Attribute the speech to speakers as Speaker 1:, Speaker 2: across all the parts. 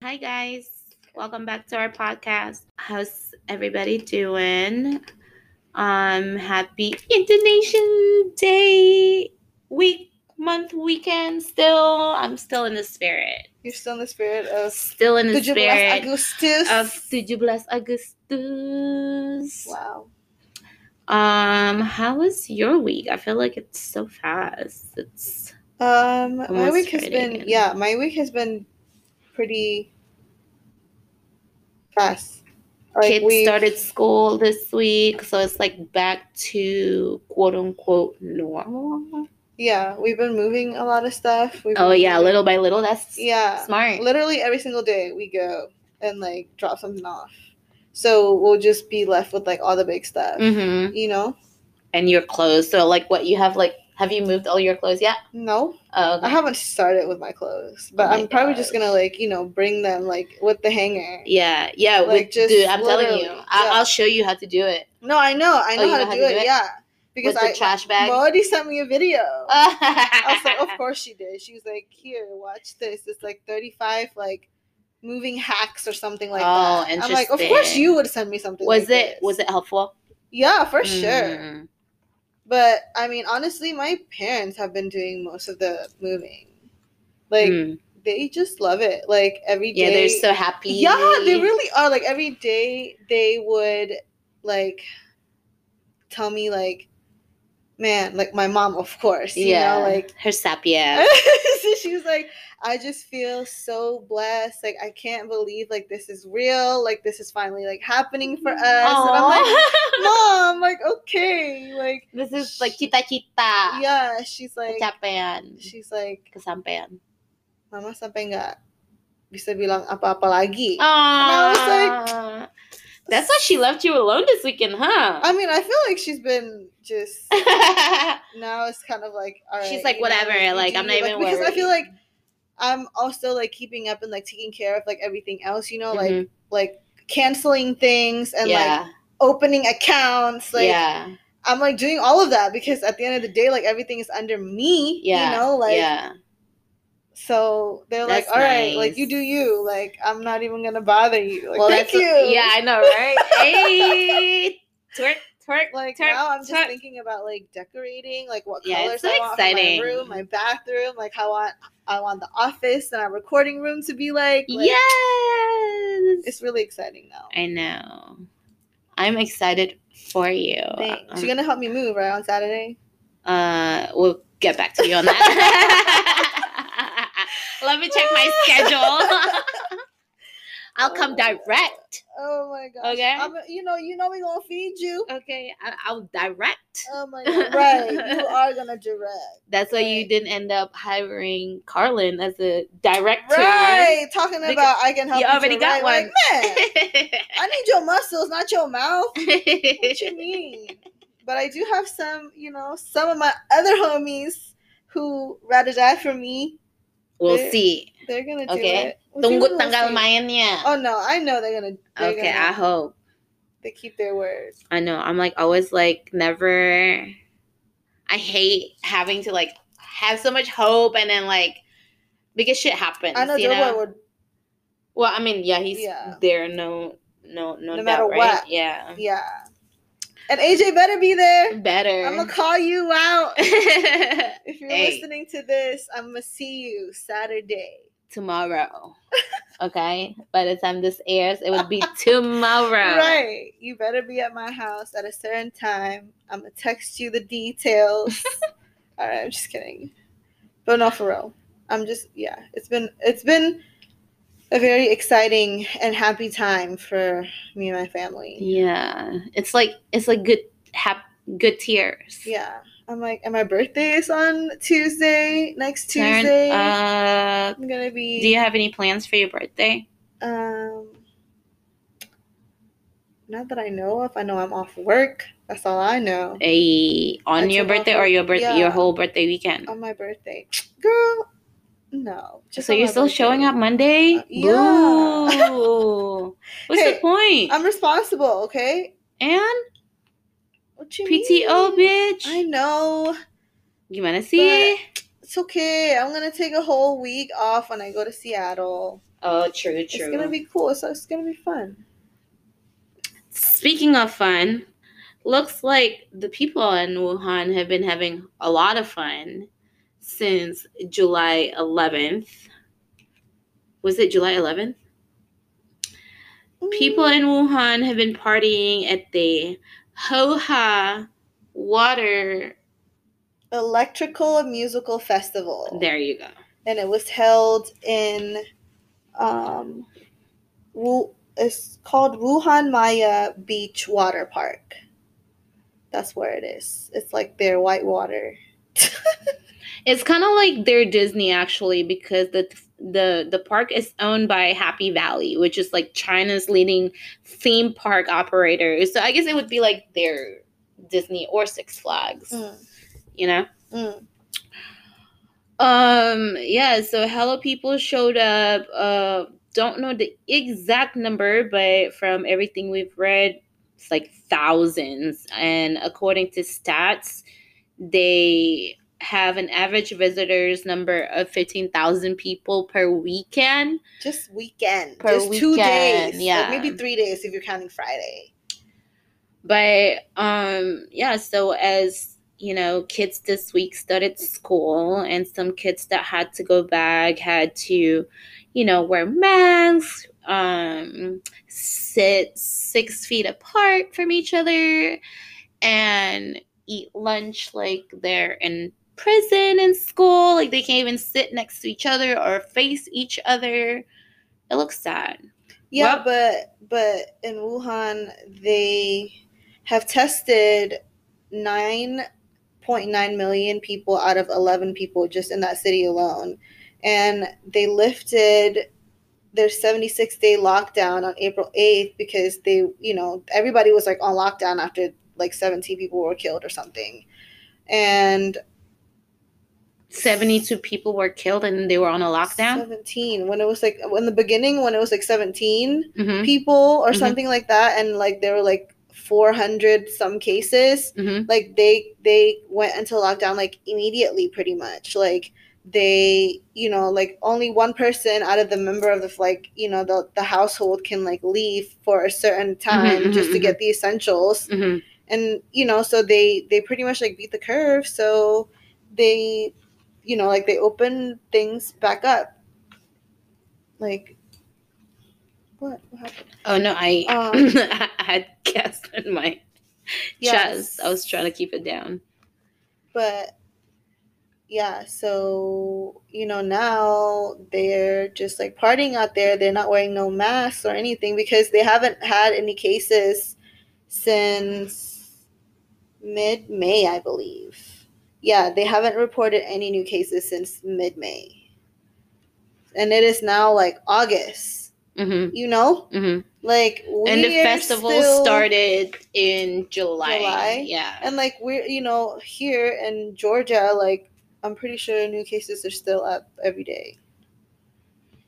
Speaker 1: Hi, guys. Welcome back to our podcast. How's everybody doing? Um, happy Indonesian Day week, month, weekend. Still, I'm still in the spirit.
Speaker 2: You're still in the spirit of
Speaker 1: Still in the
Speaker 2: 17
Speaker 1: spirit
Speaker 2: Agustus.
Speaker 1: of 17 Agustus.
Speaker 2: wow.
Speaker 1: Um, how was your week? I feel like it's so fast. It's
Speaker 2: Um, my
Speaker 1: Almost
Speaker 2: week has
Speaker 1: Friday
Speaker 2: been
Speaker 1: again.
Speaker 2: yeah, my week has been pretty fast. Like
Speaker 1: kids
Speaker 2: we
Speaker 1: started school this week, so it's like back to quote unquote normal.
Speaker 2: yeah, we've been moving a lot of stuff. We've
Speaker 1: Oh
Speaker 2: been
Speaker 1: yeah,
Speaker 2: moving-
Speaker 1: little by little. That's
Speaker 2: yeah.
Speaker 1: smart.
Speaker 2: Literally every single day we go and like drop something off. So we'll just be left with like all the big stuff.
Speaker 1: Mm-hmm.
Speaker 2: You know?
Speaker 1: And your clothes. So like, what you have? Like, have you moved all your clothes yet?
Speaker 2: No.
Speaker 1: Oh, okay.
Speaker 2: I haven't started with my clothes, but
Speaker 1: Oh my
Speaker 2: I'm probably just
Speaker 1: gosh.
Speaker 2: gonna like you know bring them like with the hanger.
Speaker 1: yeah, yeah.
Speaker 2: Like,
Speaker 1: with,
Speaker 2: just
Speaker 1: dude, I'm telling you,
Speaker 2: literally,
Speaker 1: I,
Speaker 2: yeah.
Speaker 1: I'll show you how to do it
Speaker 2: No, I know, I
Speaker 1: Oh,
Speaker 2: know
Speaker 1: you
Speaker 2: how
Speaker 1: know
Speaker 2: to
Speaker 1: how
Speaker 2: do,
Speaker 1: to
Speaker 2: it,
Speaker 1: do it?
Speaker 2: Yeah, because
Speaker 1: with the Oh.
Speaker 2: I
Speaker 1: trash bag.
Speaker 2: Maudie sent me a video. I was
Speaker 1: "Oh,
Speaker 2: like, of course she did. She was like, here, watch this. It's like 35 like moving hacks or something like
Speaker 1: Oh,
Speaker 2: that. I'm like, of course
Speaker 1: interesting.
Speaker 2: you would send me something.
Speaker 1: was it
Speaker 2: like this.
Speaker 1: was it helpful?
Speaker 2: Yeah, for sure.
Speaker 1: Mm.
Speaker 2: But I mean, honestly, my parents have been doing most of the moving. Like
Speaker 1: Mm.
Speaker 2: they just love it. Like every day.
Speaker 1: yeah, they're so happy.
Speaker 2: Yeah, they really are. Like every day they would like tell me like man, like my mom of course, you
Speaker 1: yeah,
Speaker 2: know, like
Speaker 1: her sapia.
Speaker 2: so she was like, I just feel so blessed. Like I can't believe like this is real. Like this is finally like happening for
Speaker 1: Mm-hmm.
Speaker 2: us. And I'm like, Mom, like okay. Like
Speaker 1: this is like cita-cita.
Speaker 2: yeah, she's like
Speaker 1: Pencapaian.
Speaker 2: she's like,
Speaker 1: Kesampaian.
Speaker 2: Mama sampai nggak bisa bilang apa-apa lagi. was
Speaker 1: Oh, that's why she left you alone this weekend, huh?
Speaker 2: I mean, I feel like she's been just now it's kind of like all right,
Speaker 1: She's like,
Speaker 2: you know,
Speaker 1: whatever,
Speaker 2: you
Speaker 1: like,
Speaker 2: do
Speaker 1: I'm not
Speaker 2: you,
Speaker 1: even
Speaker 2: because I feel
Speaker 1: worried.
Speaker 2: like I'm also like keeping up and like taking care of like everything else, you know, like
Speaker 1: Mhm.
Speaker 2: like canceling things and like
Speaker 1: Mm-hmm. yeah,
Speaker 2: opening accounts, like
Speaker 1: yeah,
Speaker 2: I'm like doing all of that because at the end of the day, like everything is under me,
Speaker 1: yeah,
Speaker 2: you know, like
Speaker 1: yeah,
Speaker 2: so they're like,
Speaker 1: That's
Speaker 2: all right, like
Speaker 1: nice.
Speaker 2: you do you, like I'm not even gonna bother you, like
Speaker 1: well,
Speaker 2: thank
Speaker 1: that's
Speaker 2: you,
Speaker 1: yeah, I know, right? hey, twerk, twerk,
Speaker 2: Like
Speaker 1: twerk,
Speaker 2: now, I'm just
Speaker 1: twerk.
Speaker 2: thinking about like decorating, like what
Speaker 1: Yeah,
Speaker 2: colors
Speaker 1: it's so
Speaker 2: I want for
Speaker 1: exciting.
Speaker 2: my room, my bathroom, like how I want I want the office and our recording room to be like. like,
Speaker 1: yes,
Speaker 2: it's really exciting now.
Speaker 1: I know. I'm excited for you.
Speaker 2: Thanks.
Speaker 1: Um,
Speaker 2: You're gonna help me move right on Saturday.
Speaker 1: Uh, we'll get back to you on that. Let me check my schedule. I'll come direct.
Speaker 2: Oh my gosh.
Speaker 1: Okay.
Speaker 2: I'm, you know, you know we gonna feed you.
Speaker 1: Okay, I- I'll direct.
Speaker 2: Oh my god. Right. you are gonna direct.
Speaker 1: That's why you
Speaker 2: Right.
Speaker 1: didn't end up hiring Carlin as a director.
Speaker 2: Right. Talking
Speaker 1: Because
Speaker 2: about I can help
Speaker 1: you
Speaker 2: you.
Speaker 1: already got
Speaker 2: direct, like, man, I need your muscles, not your mouth. what you mean? But I do have some, you know, some of my other homies who rather die for me.
Speaker 1: we'll
Speaker 2: They're-
Speaker 1: see.
Speaker 2: They're gonna do
Speaker 1: Okay.
Speaker 2: it. We'll see
Speaker 1: Tunggu
Speaker 2: what we'll
Speaker 1: tanggal
Speaker 2: see.
Speaker 1: mainnya.
Speaker 2: Oh no, I know they're gonna. They're
Speaker 1: Okay, ah. I
Speaker 2: gonna,
Speaker 1: hope.
Speaker 2: they keep their word.
Speaker 1: I know. I'm like always like never. I hate having to like have so much hope and then like because shit happens.
Speaker 2: I know
Speaker 1: you know.
Speaker 2: Joe would.
Speaker 1: well, I mean, yeah, he's
Speaker 2: Yeah.
Speaker 1: there. No, no, no,
Speaker 2: No
Speaker 1: doubt,
Speaker 2: matter
Speaker 1: right?
Speaker 2: what.
Speaker 1: Yeah,
Speaker 2: Yeah, and AJ better be there.
Speaker 1: better.
Speaker 2: I'm gonna call you out if you're
Speaker 1: Hey.
Speaker 2: listening to this. I'm gonna see you Saturday.
Speaker 1: tomorrow. okay. By the time this airs, it would be tomorrow.
Speaker 2: Right. You better be at my house at a certain time. I'm gonna text you the details. All right, I'm just kidding. But no, for real. I'm just yeah. It's been it's been a very exciting and happy time for me and my family.
Speaker 1: Yeah. It's like it's like good hap good tears.
Speaker 2: Yeah. I'm like, and my birthday is on Tuesday. Next
Speaker 1: Turn
Speaker 2: Tuesday,
Speaker 1: up.
Speaker 2: I'm gonna
Speaker 1: Do
Speaker 2: be.
Speaker 1: you have any plans for your birthday?
Speaker 2: Um, not that I know of. I know I'm off work. That's all I know.
Speaker 1: a on
Speaker 2: That's
Speaker 1: your
Speaker 2: an
Speaker 1: birthday
Speaker 2: awful-
Speaker 1: or your birth
Speaker 2: yeah. Um,
Speaker 1: your whole birthday weekend.
Speaker 2: on my birthday. Girl, no.
Speaker 1: so
Speaker 2: on
Speaker 1: you're
Speaker 2: my
Speaker 1: still
Speaker 2: birthday.
Speaker 1: showing up Monday?
Speaker 2: Uh, yeah.
Speaker 1: Boo. What's the
Speaker 2: Hey,
Speaker 1: point?
Speaker 2: I'm responsible, okay?
Speaker 1: and
Speaker 2: What you
Speaker 1: PTO,
Speaker 2: mean?
Speaker 1: bitch.
Speaker 2: I know.
Speaker 1: you wanna see?
Speaker 2: It's okay. I'm gonna take a whole week off when I go to Seattle.
Speaker 1: Oh, true, true.
Speaker 2: It's gonna be cool. So it's gonna be fun.
Speaker 1: Speaking of fun, looks like the people in Wuhan have been having a lot of fun since July 11th. Was it July 11th?
Speaker 2: Mm.
Speaker 1: People in Wuhan have been partying at the Hoha Water.
Speaker 2: Electrical Musical Festival.
Speaker 1: There you go.
Speaker 2: and it was held in um Wu- it's called Wuhan Maya Beach Water Park. That's where it is. It's like their white water.
Speaker 1: It's kind of like their Disney actually because the the the park is owned by Happy Valley, which is like China's leading theme park operator. So I guess it would be like their Disney or Six Flags, you know.
Speaker 2: Mm.
Speaker 1: Um yeah, so hello people showed up. Uh don't know the exact number, but from everything we've read, it's like thousands. And according to stats, they have an average visitors number of 15,000 people per weekend.
Speaker 2: Just weekend.
Speaker 1: Per
Speaker 2: Just two
Speaker 1: weekend,
Speaker 2: days.
Speaker 1: yeah.
Speaker 2: Like maybe three days if you're counting Friday.
Speaker 1: But um yeah, so as you know, kids this week started school and some kids that had to go back had to, you know, wear masks, um sit six feet apart from each other and eat lunch like they're in prison in school. Like they can't even sit next to each other or face each other. It looks sad.
Speaker 2: Yeah, but but in Wuhan they have tested nine point nine million people out of eleven people just in that city alone, and they lifted their seventy six day lockdown on April eighth because they you know everybody was like on lockdown after like seventeen people were killed or something, and
Speaker 1: 72 people were killed and they were on a lockdown.
Speaker 2: seventeen when it was like in the beginning when it was like seventeen.
Speaker 1: hmm
Speaker 2: people or
Speaker 1: Mhm.
Speaker 2: something like that and like there were like 400 some cases
Speaker 1: hmm
Speaker 2: like they they went into lockdown like immediately pretty much like they you know like only one person out of the member of the like you know the, the household can like leave for a certain time
Speaker 1: mhm,
Speaker 2: just to
Speaker 1: mhm.
Speaker 2: get the essentials
Speaker 1: hmm
Speaker 2: and you know so they they pretty much like beat the curve so they you know like they open things back up like what, what happened
Speaker 1: Oh no, I
Speaker 2: Um,
Speaker 1: I had gas in my chest. I was trying to keep it down.
Speaker 2: but yeah so you know now they're just like partying out there they're not wearing no masks or anything because they haven't had any cases since mid may i believe yeah they haven't reported any new cases since mid may and it is now like august
Speaker 1: hmm
Speaker 2: you know
Speaker 1: hmm
Speaker 2: like we
Speaker 1: And the
Speaker 2: are
Speaker 1: festival
Speaker 2: still-
Speaker 1: started in July.
Speaker 2: July?
Speaker 1: Yeah.
Speaker 2: And like we're you know here in Georgia, like I'm pretty sure new cases are still up every day.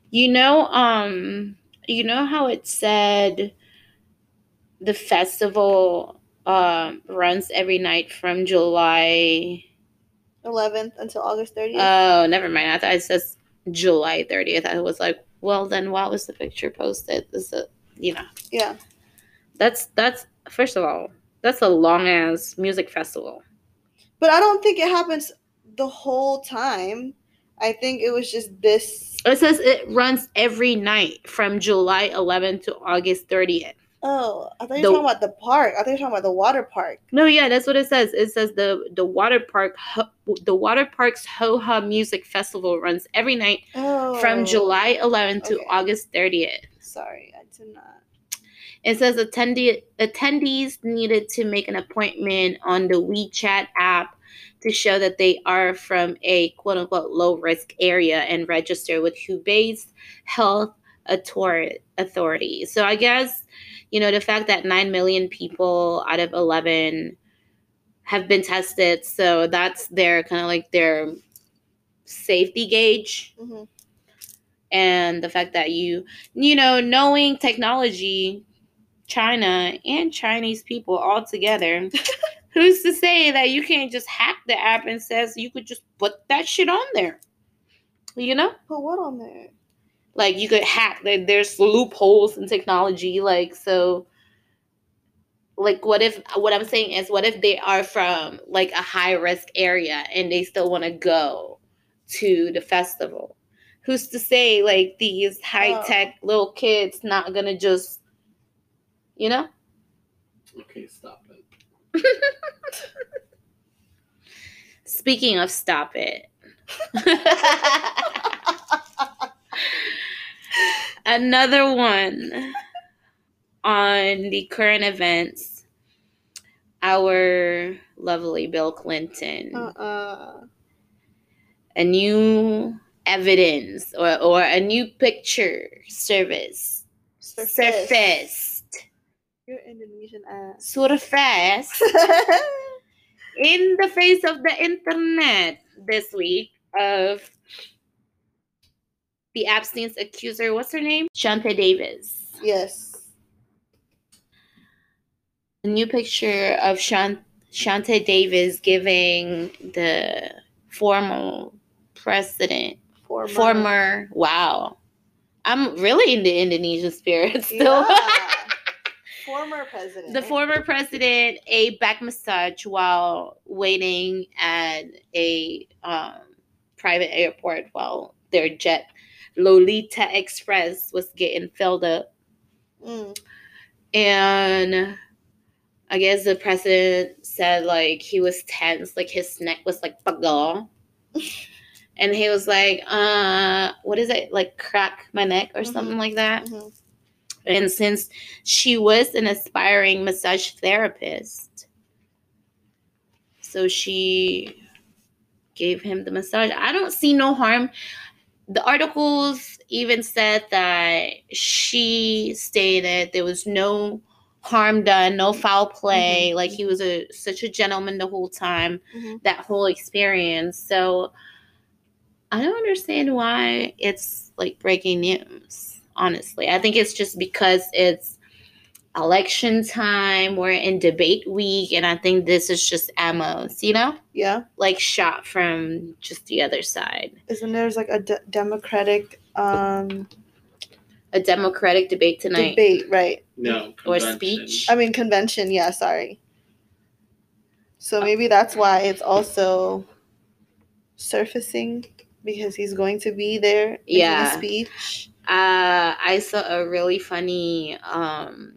Speaker 1: You know, um, you know how it said the festival um runs every night from July.
Speaker 2: 11th until August 30th.
Speaker 1: Oh, never mind. I thought it says July thirtieth. I was like, well, then why was the picture posted? Is it you know?
Speaker 2: yeah,
Speaker 1: That's that's first of all, that's a long ass music festival.
Speaker 2: but I don't think it happens the whole time. I think it was just this.
Speaker 1: It says it runs every night from July 11th to August 30th.
Speaker 2: Oh, I thought you
Speaker 1: The-
Speaker 2: were talking about the park. I thought you were talking about the water park.
Speaker 1: No, yeah, that's what it says. It says the the water park Ho- the water park's Ho Ha Music Festival runs every night
Speaker 2: Oh,
Speaker 1: from July 11th to
Speaker 2: okay.
Speaker 1: August 30th.
Speaker 2: Sorry, I did not.
Speaker 1: It says attendee, attendees needed to make an appointment on the WeChat app to show that they are from a quote unquote low risk area and register with Hubei's health author- authority. So I guess, you know, the fact that 9 million people out of 11 have been tested, so that's their kind of like their safety gauge
Speaker 2: Mhm.
Speaker 1: and the fact that you you know knowing technology china and chinese people all together who's to say that you can't just hack the app and says you could just put that shit on there you know
Speaker 2: Put what on there?
Speaker 1: Like you could hack. There, there's loopholes in technology. Like so. Like what if what I'm saying is what if they are from like a high risk area and they still want to go to the festival? Who's to say like these high tech little kids not gonna just, you know?
Speaker 3: Okay, stop it.
Speaker 1: Speaking of stop it. Another one on the current events. Our lovely Bill Clinton.
Speaker 2: Uh-uh.
Speaker 1: A new evidence or, or a new picture service
Speaker 2: Surface.
Speaker 1: surfaced.
Speaker 2: Your Indonesian ass.
Speaker 1: Surfaced in the face of the internet this week of the Epstein's accuser. What's her name? Shanta Davis.
Speaker 2: yes.
Speaker 1: A new picture of Shan- Shanta Davis giving the formal president,
Speaker 2: Former.
Speaker 1: former, wow. I'm really in the Indonesian spirit still.
Speaker 2: Yeah. former president.
Speaker 1: the former president a back massage while waiting at a um, private airport while their jet Lolita Express was getting filled up.
Speaker 2: Mm.
Speaker 1: And I guess the president said like he was tense, like his neck was like bagal. and he was like, uh, what is it? Like crack my neck or something like that.
Speaker 2: mhm.
Speaker 1: And since she was an aspiring massage therapist, so she gave him the massage. I don't see no harm. The articles even said that she stated there was no harm done, no foul play.
Speaker 2: Mhm.
Speaker 1: Like he was a such a gentleman the whole time
Speaker 2: Mhm.
Speaker 1: that whole experience. So I don't understand why it's like breaking news, honestly. I think it's just because it's election time, we're in debate week, and I think this is just ammos, you know?
Speaker 2: Yeah.
Speaker 1: Like shot from just the other side.
Speaker 2: Isn't there's like a de- democratic um
Speaker 1: A democratic debate tonight.
Speaker 2: debate, right?
Speaker 3: No.
Speaker 1: Or
Speaker 3: convention.
Speaker 1: speech.
Speaker 2: I mean convention, yeah, sorry.
Speaker 1: Uh,
Speaker 2: So maybe that's why it's also surfacing because he's going to be there making
Speaker 1: Yeah.
Speaker 2: a speech.
Speaker 1: Uh, I saw a really funny um,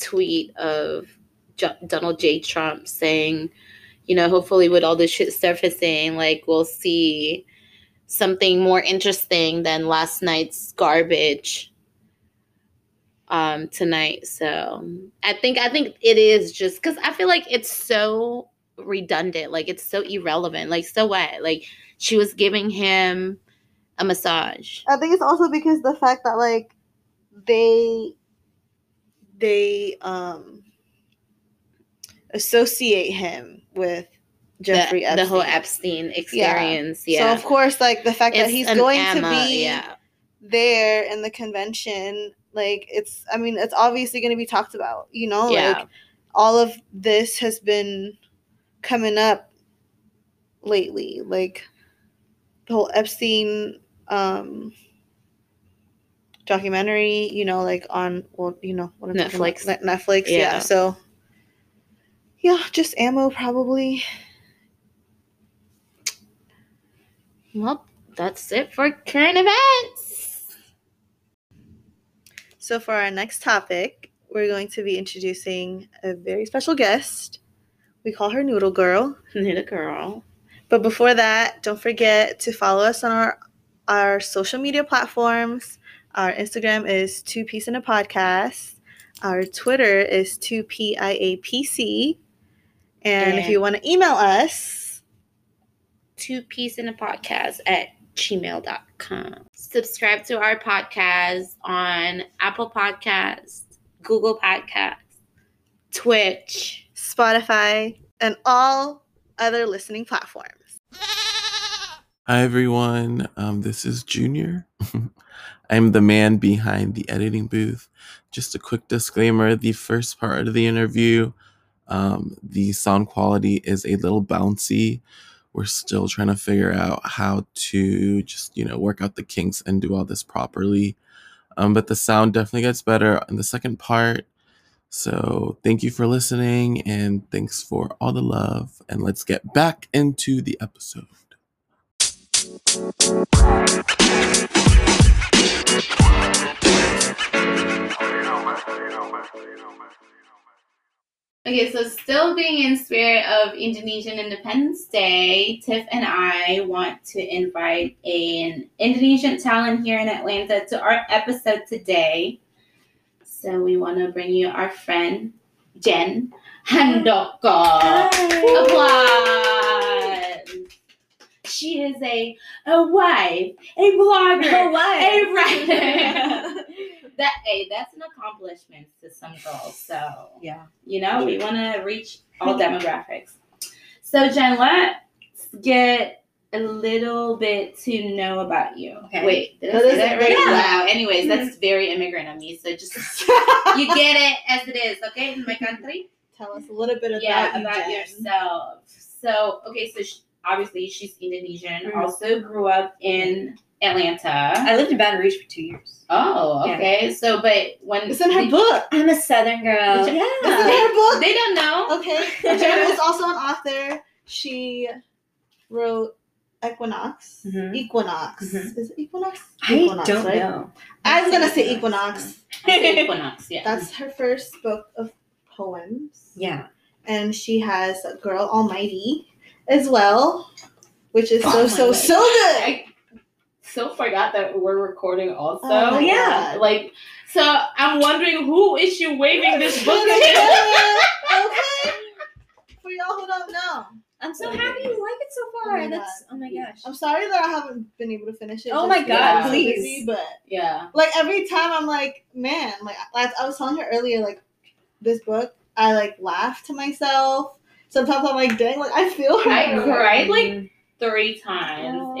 Speaker 1: tweet of J- Donald J. Trump saying, you know, hopefully with all this shit surfacing, like we'll see something more interesting than last night's garbage um tonight so i think i think it is just because i feel like it's so redundant like it's so irrelevant like so what like she was giving him a massage
Speaker 2: I think it's also because the fact that like they they um associate him with Jeffrey
Speaker 1: the,
Speaker 2: Epstein.
Speaker 1: the whole Epstein experience. Yeah.
Speaker 2: So of course, like the fact that
Speaker 1: It's
Speaker 2: he's
Speaker 1: an
Speaker 2: going to
Speaker 1: Emma,
Speaker 2: be
Speaker 1: yeah.
Speaker 2: there in the convention, like it's I mean, it's obviously gonna be talked about, you know?
Speaker 1: Yeah.
Speaker 2: Like all of this has been coming up lately. Like the whole Epstein um documentary, you know, like on well, you know, what I'm talking about,
Speaker 1: Netflix.
Speaker 2: Ne- Netflix, yeah.
Speaker 1: Yeah.
Speaker 2: So yeah, just ammo probably.
Speaker 1: Well, that's it for current events.
Speaker 2: So, for our next topic, we're going to be introducing a very special guest. We call her Noodle Girl.
Speaker 1: Little girl.
Speaker 2: But before that, don't forget to follow us on our, our social media platforms. Our Instagram is Two Piece in a Podcast. Our Twitter is Two P I A P C. And if
Speaker 1: And-
Speaker 2: you want to email us,
Speaker 1: Two piece in a podcast at gmail.com. Subscribe to our podcast on Apple Podcasts, Google Podcasts, Twitch.
Speaker 2: Spotify, and all other listening platforms.
Speaker 3: Hi everyone. Um, this is Junior. I'm the man behind the editing booth. Just a quick disclaimer: the first part of the interview, um, the sound quality is a little bouncy. we're still trying to figure out how to just you know work out the kinks and do all this properly um, but the sound definitely gets better in the second part so thank you for listening and thanks for all the love and let's get back into the episode
Speaker 4: Okay, so still being in spirit of Indonesian Independence Day, Tiff and I want to invite an Indonesian talent here in Atlanta to our episode today. So we want to bring you our friend Jen Handoko. Applause. She is a a wife, a blogger,
Speaker 5: A wife.
Speaker 4: a writer. that hey, that's an accomplishment to some girls. So
Speaker 5: Yeah.
Speaker 4: you know, we want to reach all demographics. So, Jen, let's get a little bit to know about you.
Speaker 5: Okay.
Speaker 4: Wait, did I
Speaker 2: No,
Speaker 4: say
Speaker 2: this is-
Speaker 4: that right?
Speaker 5: yeah.
Speaker 4: Wow. Anyways, that's very immigrant of me. So just you get it as it is, okay? In my country.
Speaker 2: Tell us a little bit about
Speaker 4: yeah,
Speaker 2: you,
Speaker 4: about
Speaker 2: Jen.
Speaker 4: yourself. So, okay, so sh obviously she's Indonesian.
Speaker 2: Mm-hmm.
Speaker 5: Mhm.
Speaker 4: Also grew up in Atlanta.
Speaker 5: I lived in Baton Rouge for two years.
Speaker 4: Oh,
Speaker 5: Yeah.
Speaker 4: okay. So, but when
Speaker 2: It's in her
Speaker 4: did-
Speaker 2: book.
Speaker 5: I'm a Southern girl.
Speaker 2: It's
Speaker 4: Did
Speaker 5: Yeah.
Speaker 2: in her book.
Speaker 4: they don't know.
Speaker 2: Okay. Jen is also an author. She wrote Equinox.
Speaker 5: Mhm.
Speaker 2: Equinox.
Speaker 5: Mhm.
Speaker 2: Is it Equinox?
Speaker 5: I
Speaker 2: Equinox,
Speaker 5: don't
Speaker 2: right?
Speaker 5: know.
Speaker 2: I was gonna say Equinox.
Speaker 4: I say Equinox, yeah.
Speaker 2: That's her first book of poems.
Speaker 5: Yeah.
Speaker 2: And she has Girl Almighty as well, which is so
Speaker 4: Oh my
Speaker 2: so
Speaker 4: God.
Speaker 2: so good.
Speaker 4: I so forgot that we're recording also.
Speaker 2: Oh my
Speaker 5: yeah,
Speaker 2: God.
Speaker 4: Like, so I'm wondering who is she waving this book to?
Speaker 2: okay. For y'all who don't know.
Speaker 5: I'm so happy you like it so
Speaker 2: Oh
Speaker 5: far.
Speaker 2: my
Speaker 5: That's oh my gosh.
Speaker 2: I'm sorry that I haven't been able to finish it.
Speaker 5: Oh
Speaker 2: just
Speaker 5: my
Speaker 2: because
Speaker 4: God,
Speaker 2: I'm so
Speaker 5: please.
Speaker 2: busy, but
Speaker 4: Yeah.
Speaker 2: like every time I'm like, man, like I, I was telling her earlier, like this book, I like laugh to myself. Sometimes I'm like, dang, like I feel her.
Speaker 4: I cried like three times, and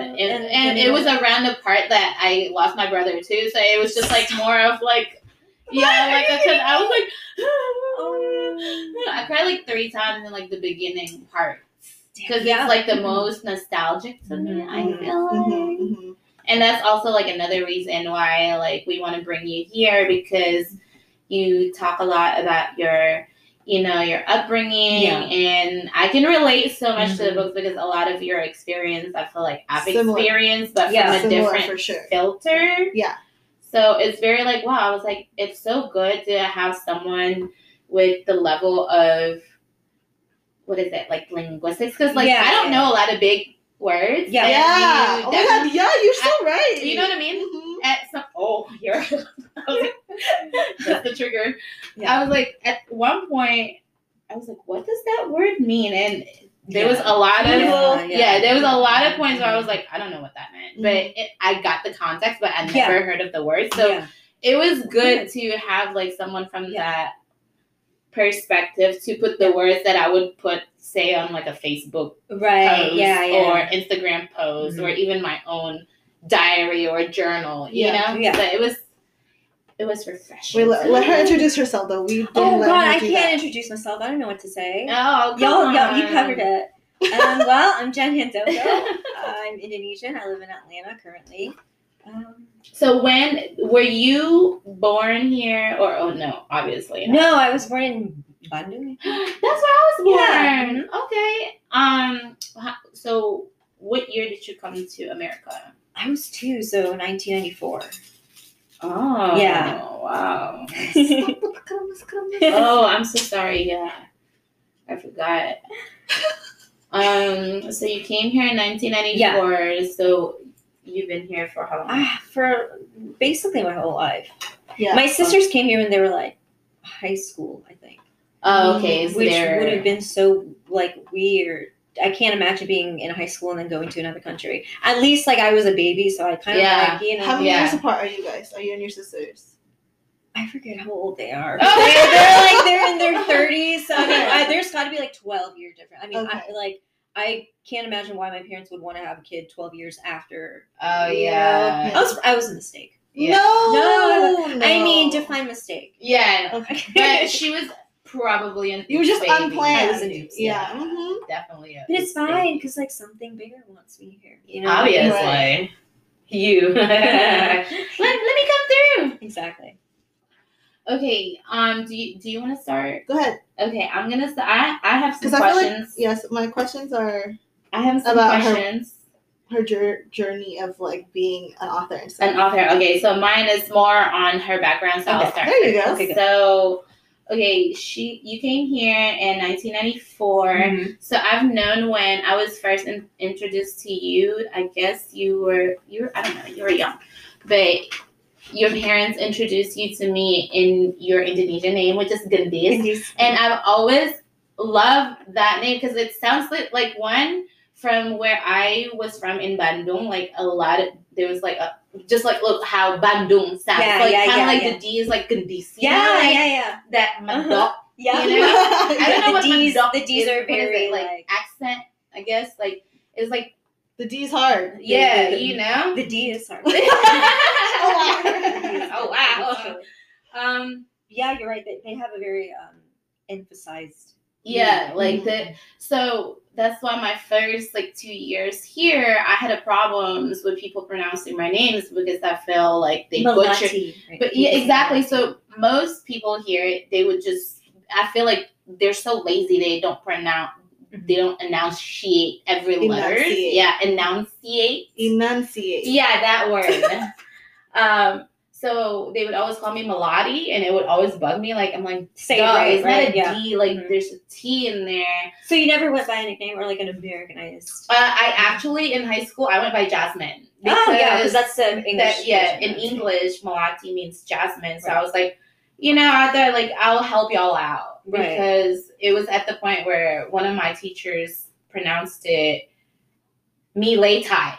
Speaker 4: and, and,
Speaker 5: And-
Speaker 4: it was around the part that I lost my brother too. So it was just like more of like, yeah, like I said, I was like, I cried like three times in like the beginning part because
Speaker 5: Yeah.
Speaker 4: it's like the most nostalgic to me. I
Speaker 2: Mhm,
Speaker 4: feel like.
Speaker 2: mhm, mhm.
Speaker 4: and that's also like another reason why like we want to bring you here because you talk a lot about your you know your upbringing
Speaker 5: Yeah.
Speaker 4: and i can relate so much to the
Speaker 5: Mhm.
Speaker 4: books because a lot of your experience i feel like i've
Speaker 2: Mm-hmm. Similar.
Speaker 4: experienced but
Speaker 5: Yeah.
Speaker 4: from a
Speaker 2: Similar
Speaker 4: different
Speaker 2: for sure.
Speaker 4: filter
Speaker 2: Yeah.
Speaker 4: so it's very like wow i was like it's so good to have someone with the level of what is it like linguistics because like
Speaker 5: Yeah.
Speaker 4: i don't know a lot of big words
Speaker 5: Yeah.
Speaker 4: and
Speaker 2: Yeah.
Speaker 4: you
Speaker 2: Oh my God.
Speaker 4: definitely-
Speaker 2: Yeah, you're so right.
Speaker 4: you know what i mean
Speaker 2: Mhm.
Speaker 4: at some oh here I was like, that's the trigger
Speaker 5: Yeah.
Speaker 4: i was like at one point i was like what does that word mean and there was
Speaker 5: Yeah.
Speaker 4: a lot of
Speaker 5: Yeah,
Speaker 4: yeah,
Speaker 5: yeah.
Speaker 4: there was a lot of points where i was like i don't know what that meant but it, i got the context but i never
Speaker 5: Mm-hmm. Yeah.
Speaker 4: heard of the word so
Speaker 5: Yeah.
Speaker 4: it was good to have like someone from
Speaker 5: Yeah.
Speaker 4: that perspective to put the words that i would put say on like a facebook
Speaker 5: right.
Speaker 4: post
Speaker 5: Yeah. Yeah. Mm-hmm.
Speaker 4: or Instagram post or even my own diary or journal. You
Speaker 2: Yeah,
Speaker 4: know,
Speaker 5: yeah.
Speaker 4: But it was it was refreshing.
Speaker 2: Wait, let, let her introduce herself though. We didn't
Speaker 5: oh
Speaker 2: let
Speaker 5: God,
Speaker 2: her
Speaker 5: I
Speaker 2: do
Speaker 5: can't
Speaker 2: that.
Speaker 5: introduce myself. I don't know what to say.
Speaker 4: Oh,
Speaker 5: Y'all,
Speaker 4: come
Speaker 5: y'all, you
Speaker 4: on.
Speaker 5: covered it. Um, well, I'm Jen Handoko. I'm Indonesian. I live in Atlanta currently. Um,
Speaker 4: So when were you born here? Or oh no, obviously. not.
Speaker 5: no, I was born in Bandung.
Speaker 4: That's where I was born. Mm-hmm.
Speaker 5: Yeah.
Speaker 4: Okay. Um. ho- So what year did you come to America?
Speaker 5: I was two, so 1994.
Speaker 4: Oh.
Speaker 5: Yeah.
Speaker 4: Wow.
Speaker 5: Oh,
Speaker 4: oh, I'm so sorry. Yeah, I forgot. um, so you came here in 1994. So you've been here for how long?
Speaker 5: ah, for basically my whole life.
Speaker 2: Yeah.
Speaker 5: My sisters came here when they were like high school, I think,
Speaker 4: Oh, okay. So
Speaker 5: which
Speaker 4: they're-
Speaker 5: would have been so like weird. I can't imagine being in high school and then going to another country. At least like I was a baby, so I kind of
Speaker 4: Yeah.
Speaker 5: like you know.
Speaker 2: How many
Speaker 4: Yeah.
Speaker 2: years apart are you guys? Are you and your sisters?
Speaker 5: I forget how old they are.
Speaker 4: Oh.
Speaker 5: They're, they're like they're in their thirties. So I mean,
Speaker 2: Okay.
Speaker 5: I, there's got to be like twelve year difference. I mean, I,
Speaker 2: Okay.
Speaker 5: like I can't imagine why my parents would want to have a kid twelve years after.
Speaker 4: Oh yeah.
Speaker 5: I was I was a mistake.
Speaker 4: Yeah.
Speaker 2: No,
Speaker 5: I Oh, mean, define mistake.
Speaker 4: Yeah.
Speaker 2: Okay.
Speaker 4: But she was
Speaker 6: probably an
Speaker 2: You were just
Speaker 6: oops baby.
Speaker 2: unplanned.
Speaker 6: I was an oops.
Speaker 2: Yeah.
Speaker 6: Yeah,
Speaker 2: Mhm.
Speaker 6: definitely. a
Speaker 5: But
Speaker 6: oops
Speaker 5: it's
Speaker 6: baby.
Speaker 5: fine because like something bigger wants me here. You know,
Speaker 4: Ah,
Speaker 6: Obviously,
Speaker 2: Right.
Speaker 6: you. let, let me come through.
Speaker 5: exactly.
Speaker 4: Okay. Um. Do you do you want to start?
Speaker 2: Go ahead.
Speaker 4: Okay. I'm gonna. St- I I have some
Speaker 2: 'Cause I feel like-
Speaker 4: questions.
Speaker 2: Yes, my questions are
Speaker 4: I have some
Speaker 2: About her-
Speaker 4: questions.
Speaker 2: her jour- journey of like being an author and stuff.
Speaker 4: An author. Okay. So mine is more on her background. So I'll
Speaker 5: Okay.
Speaker 4: start.
Speaker 2: There you go.
Speaker 5: Okay, good.
Speaker 4: So, okay, she you came here in 1994.
Speaker 5: Mm-hmm.
Speaker 4: So I've known when I was first in, introduced to you. I guess you were you were I don't know you were young, but your parents introduced you to me in your Indonesian name, which is Gendis. And I've always loved that name because it sounds like like one from where I was from in Bandung. Like a lot of there was like a just like look how Bandung sounds.
Speaker 5: Yeah,
Speaker 4: like
Speaker 5: yeah,
Speaker 4: kind of
Speaker 5: yeah,
Speaker 4: like
Speaker 5: yeah.
Speaker 4: the D is like Gendis. you know,
Speaker 5: Yeah,
Speaker 4: like
Speaker 5: yeah, yeah,
Speaker 4: That mandok.
Speaker 5: yeah.
Speaker 4: You know? I don't
Speaker 5: Yeah,
Speaker 4: know
Speaker 5: the
Speaker 4: what
Speaker 5: D's-
Speaker 4: mandok
Speaker 5: the D's
Speaker 4: is.
Speaker 5: are
Speaker 4: What is it,
Speaker 5: very,
Speaker 4: like,
Speaker 5: like-
Speaker 4: accent. I guess like it's like
Speaker 2: the D's hard.
Speaker 4: yeah, you know.
Speaker 5: The D is hard.
Speaker 4: Oh, wow. Um.
Speaker 5: Yeah, you're right. They, they have a very um, emphasized.
Speaker 4: Yeah, like the So that's why my first like two years here, I had a problems with people pronouncing my names because I feel like they butchered.
Speaker 5: Malati, right?
Speaker 4: But yeah, exactly. So most people here, they would just. I feel like they're so lazy. They don't pronounce. They don't enunciate every letter.
Speaker 2: Enunciate.
Speaker 4: Yeah, enunciate.
Speaker 2: Enunciate.
Speaker 4: Yeah, that word. um. So they would always call me Melody, and it would always bug me. Like I'm like,
Speaker 5: Say it
Speaker 4: "Duh,
Speaker 5: right,
Speaker 4: it's not
Speaker 5: right,
Speaker 4: a
Speaker 5: yeah.
Speaker 4: D, Like
Speaker 5: Mhm.
Speaker 4: there's a T in there.
Speaker 5: So you never went by a nickname or like an Americanized.
Speaker 4: Uh, I actually in high school I went by
Speaker 5: oh
Speaker 4: Jasmine.
Speaker 5: yeah, because
Speaker 4: because
Speaker 5: that's the English.
Speaker 4: that- yeah,
Speaker 5: version,
Speaker 4: in
Speaker 5: right?
Speaker 4: English, Malati means Jasmine. So
Speaker 5: Right.
Speaker 4: I was like, you know, I thought like I'll help y'all out
Speaker 5: Right.
Speaker 4: because it was at the point where one of my teachers pronounced it me Tai.